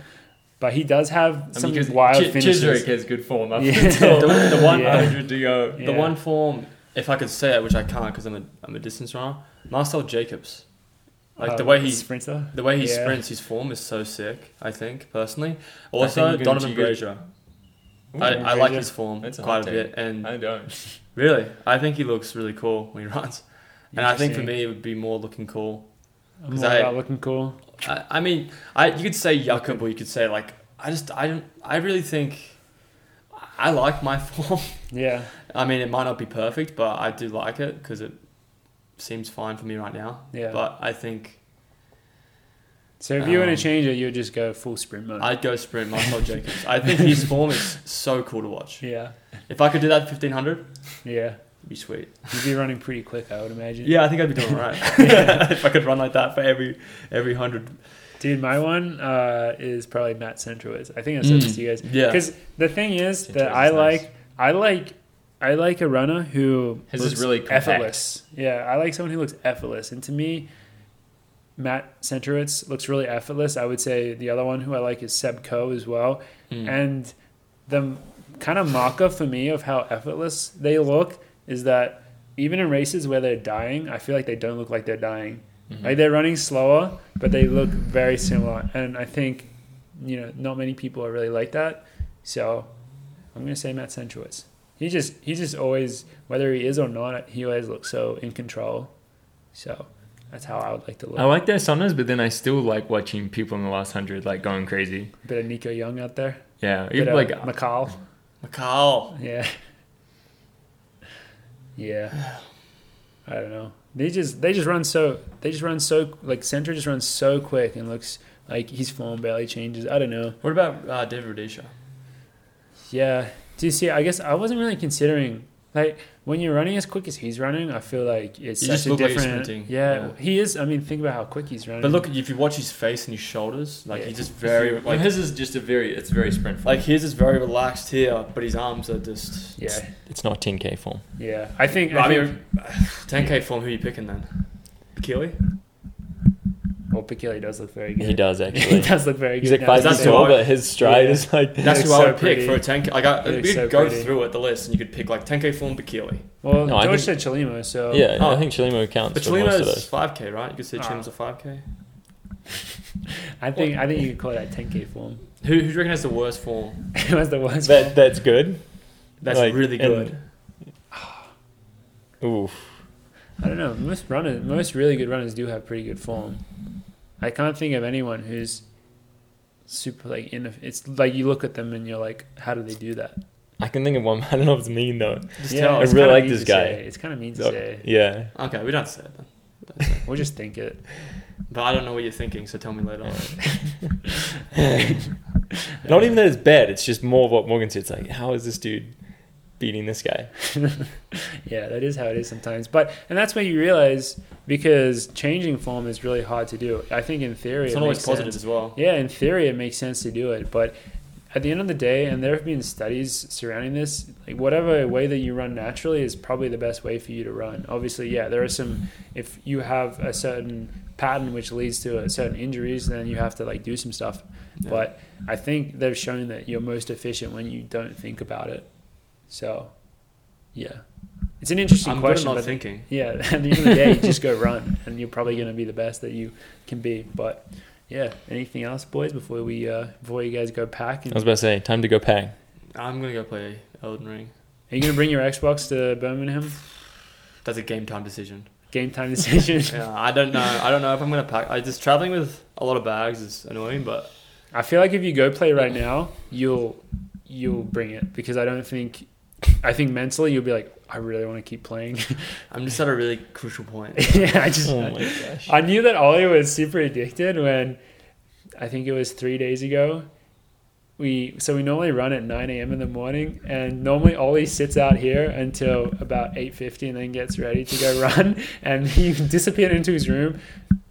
but he does have
I
some
mean, 'cause
wild
Chi-
finishes.
Chiswick has good form up
Yeah.
until
The one- the
the
one-
one hundred to go.
Yeah.
the one form, if I could say it, which I can't because I'm a I'm a distance runner. Marcel Jacobs, like
Oh,
the
Uh,
way he
sprinter.
the way he
yeah.
sprints, his form is so sick. I think personally.
I
Also,
think
Donovan
Gucci-
Brazier.
Ooh,
I, I like
Brazier.
his form
That's a
quite
hot
a bit, and
I don't.
really, I think he looks really cool when he runs. And I think for me, it would be more looking cool.
I'm
'cause
all
I-
about looking cool.
I, I mean, I you could say yucca, but you could say like I just I don't I really think I like my form.
Yeah,
I mean, it might not be perfect, but I do like it because it seems fine for me right now.
yeah.
But I think
so if you were to
um,
change it, you'd just go full sprint mode.
I'd go sprint Marcel Jacobs. I think his form is so cool to watch.
yeah,
If I could do that at 1500, it'd
yeah.
be sweet.
You'd be running pretty quick, I would imagine.
Yeah, I think I'd be doing all right. if I could run like that for every every 100.
Dude, my one uh, is probably Matt Centrowiz. I think I said this
Mm.
to you guys.
Yeah.
Because the thing is that
Centrowiz
I
is nice.
like, I like, I like a runner who
His
looks
is really compact.
effortless. Yeah, I like someone who looks effortless. And to me, Matt Centrowitz looks really effortless. I would say the other one who I like is Seb Coe as well.
Hmm.
Mm.
And the kind of marker for me of how effortless they look is that even in races where they're dying, I feel like they don't look like they're dying.
Mm-hmm.
Like they're running slower, but they look very similar. And I think, you know, not many people are really like that. So I'm gonna say Matt Centrowitz. He just he just always whether he is or not, he always looks so in control. So that's how I would like to look.
I like that sometimes, but then I still like watching people in the last hundred like going crazy.
Bit of Nico Young out there.
Yeah,
Bit
even
of
uh,
like
McCall.
McCall.
Yeah. Yeah. I don't know. They just they just run so they just run so like Centro just runs so quick and looks like his form barely changes. I don't know.
What about uh, David Radisha?
Yeah. Do you see? I guess I wasn't really considering like when you're running as quick as he's running. I feel like it's such
You just
a
look like you're
different.
sprinting.
yeah,
Yeah.
he is. I mean, think about how quick he's running.
But look, if you watch his face and his shoulders, like
Yeah.
he's just very
Well,
like
his is just a very it's very sprint form.
like his is very relaxed here, but his arms are just
yeah,
it's not 10k form.
yeah. I think.
Well,
I
I
think
mean, 10k form. Who are you picking then? Keely?
well, Piquet does look very good.
He does
he
actually.
does look very
He's
good.
like
now
five
that
feet
you
That's
say
tall,
it.
why-
but his stride
Yeah.
is like.
That's
looks
who I
so
would
pretty.
pick for a 10k. Like I,
He
we
looks
could
so
go
pretty.
through it, the list, and you could pick like 10k form Bakili.
Well,
No, I
George
think-
said Chalimo, so
Yeah,
Oh.
I think Chilimo counts
But
for most of those.
Chalimo's 5k, right? You could say
Ah.
Chalima's a 5k.
I think I think you could call that 10k form.
Who, who do you reckon has the worst form?
it was the worst.
That that's good.
That's
Like,
really
and-
good.
Ooh,
I don't know. Most runners, most really good runners, do have pretty good form. I can't think of anyone who's super like in. It's like you look at them and you're like, how do they do that?
I can think of one. I don't know if it's mean though.
Just
Yeah,
tell
I
it's
us.
really
kinda
like
mean
this
to
guy.
say. It's kind of mean to
Oh.
say.
Yeah,
Okay, we don't have to say it then.
We'll just think it.
But I don't know what you're thinking, so tell me later.
not even that it's bad. It's just more what Morgan said. It's like, how is this dude beating this guy?
Yeah, that is how it is sometimes. But and that's when you realize because changing form is really hard to do. I think in theory,
It's
it
not always
makes
positive
sense.
as well.
Yeah, in theory, it makes sense to do it, but at the end of the day, and there have been studies surrounding this, like whatever way that you run naturally is probably the best way for you to run. Obviously, yeah, there are some. If you have a certain pattern which leads to a certain injuries, then you have to like do some stuff.
Yeah.
But I think they've shown that you're most efficient when you don't think about it. So, yeah, it's an interesting
I'm good at
question.
not
But
thinking.
yeah, at the end of the day, you just go run, and you're probably going to be the best that you can be. But yeah, anything else, boys? Before we uh, before you guys go pack,
I
and
was about to say, time to go pack.
I'm gonna go play Elden Ring.
are you going to bring your Xbox to Birmingham?
That's a game time decision.
Game time decision.
Yeah, I don't know. I don't know if I'm gonna pack. I just traveling with a lot of bags is annoying, but
I feel like if you go play right now, you'll you'll bring it because I don't think I think mentally you'll be like, I really want to keep playing.
I'm just at a really crucial point.
yeah, I just
Oh my gosh.
I knew that Ollie was super addicted when I think it was three days ago. We so we normally run at nine a.m. in the morning, and normally Ollie sits out here until about eight fifty, and then gets ready to go run. And he disappeared into his room,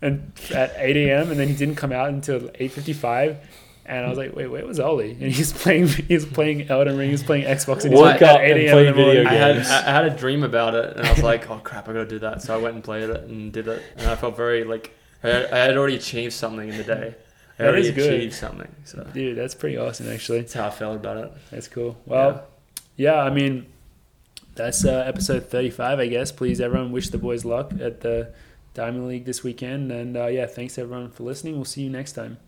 and at eight a.m. and then he didn't come out until eight fifty-five. And I was like, "Wait, where was Ollie?" And he's playing, he's playing Elden Ring, he's playing Xbox, and he's like
Woke
at
up and
eight a.m. in the
played video
morning.
I had
games.
I, I had a dream about it, and I was like, "Oh crap, I gotta do that." So I went and played it and did it, and I felt very like I had, I had already achieved something in the day. I
That
already
is good.
achieved something, so
Dude, that's pretty awesome, actually.
that's how I felt about it.
That's cool. Well, yeah, I mean, that's uh, episode 35, I guess. Please, everyone, wish the boys luck at the Diamond League this weekend. And uh, yeah, thanks everyone for listening. We'll see you next time.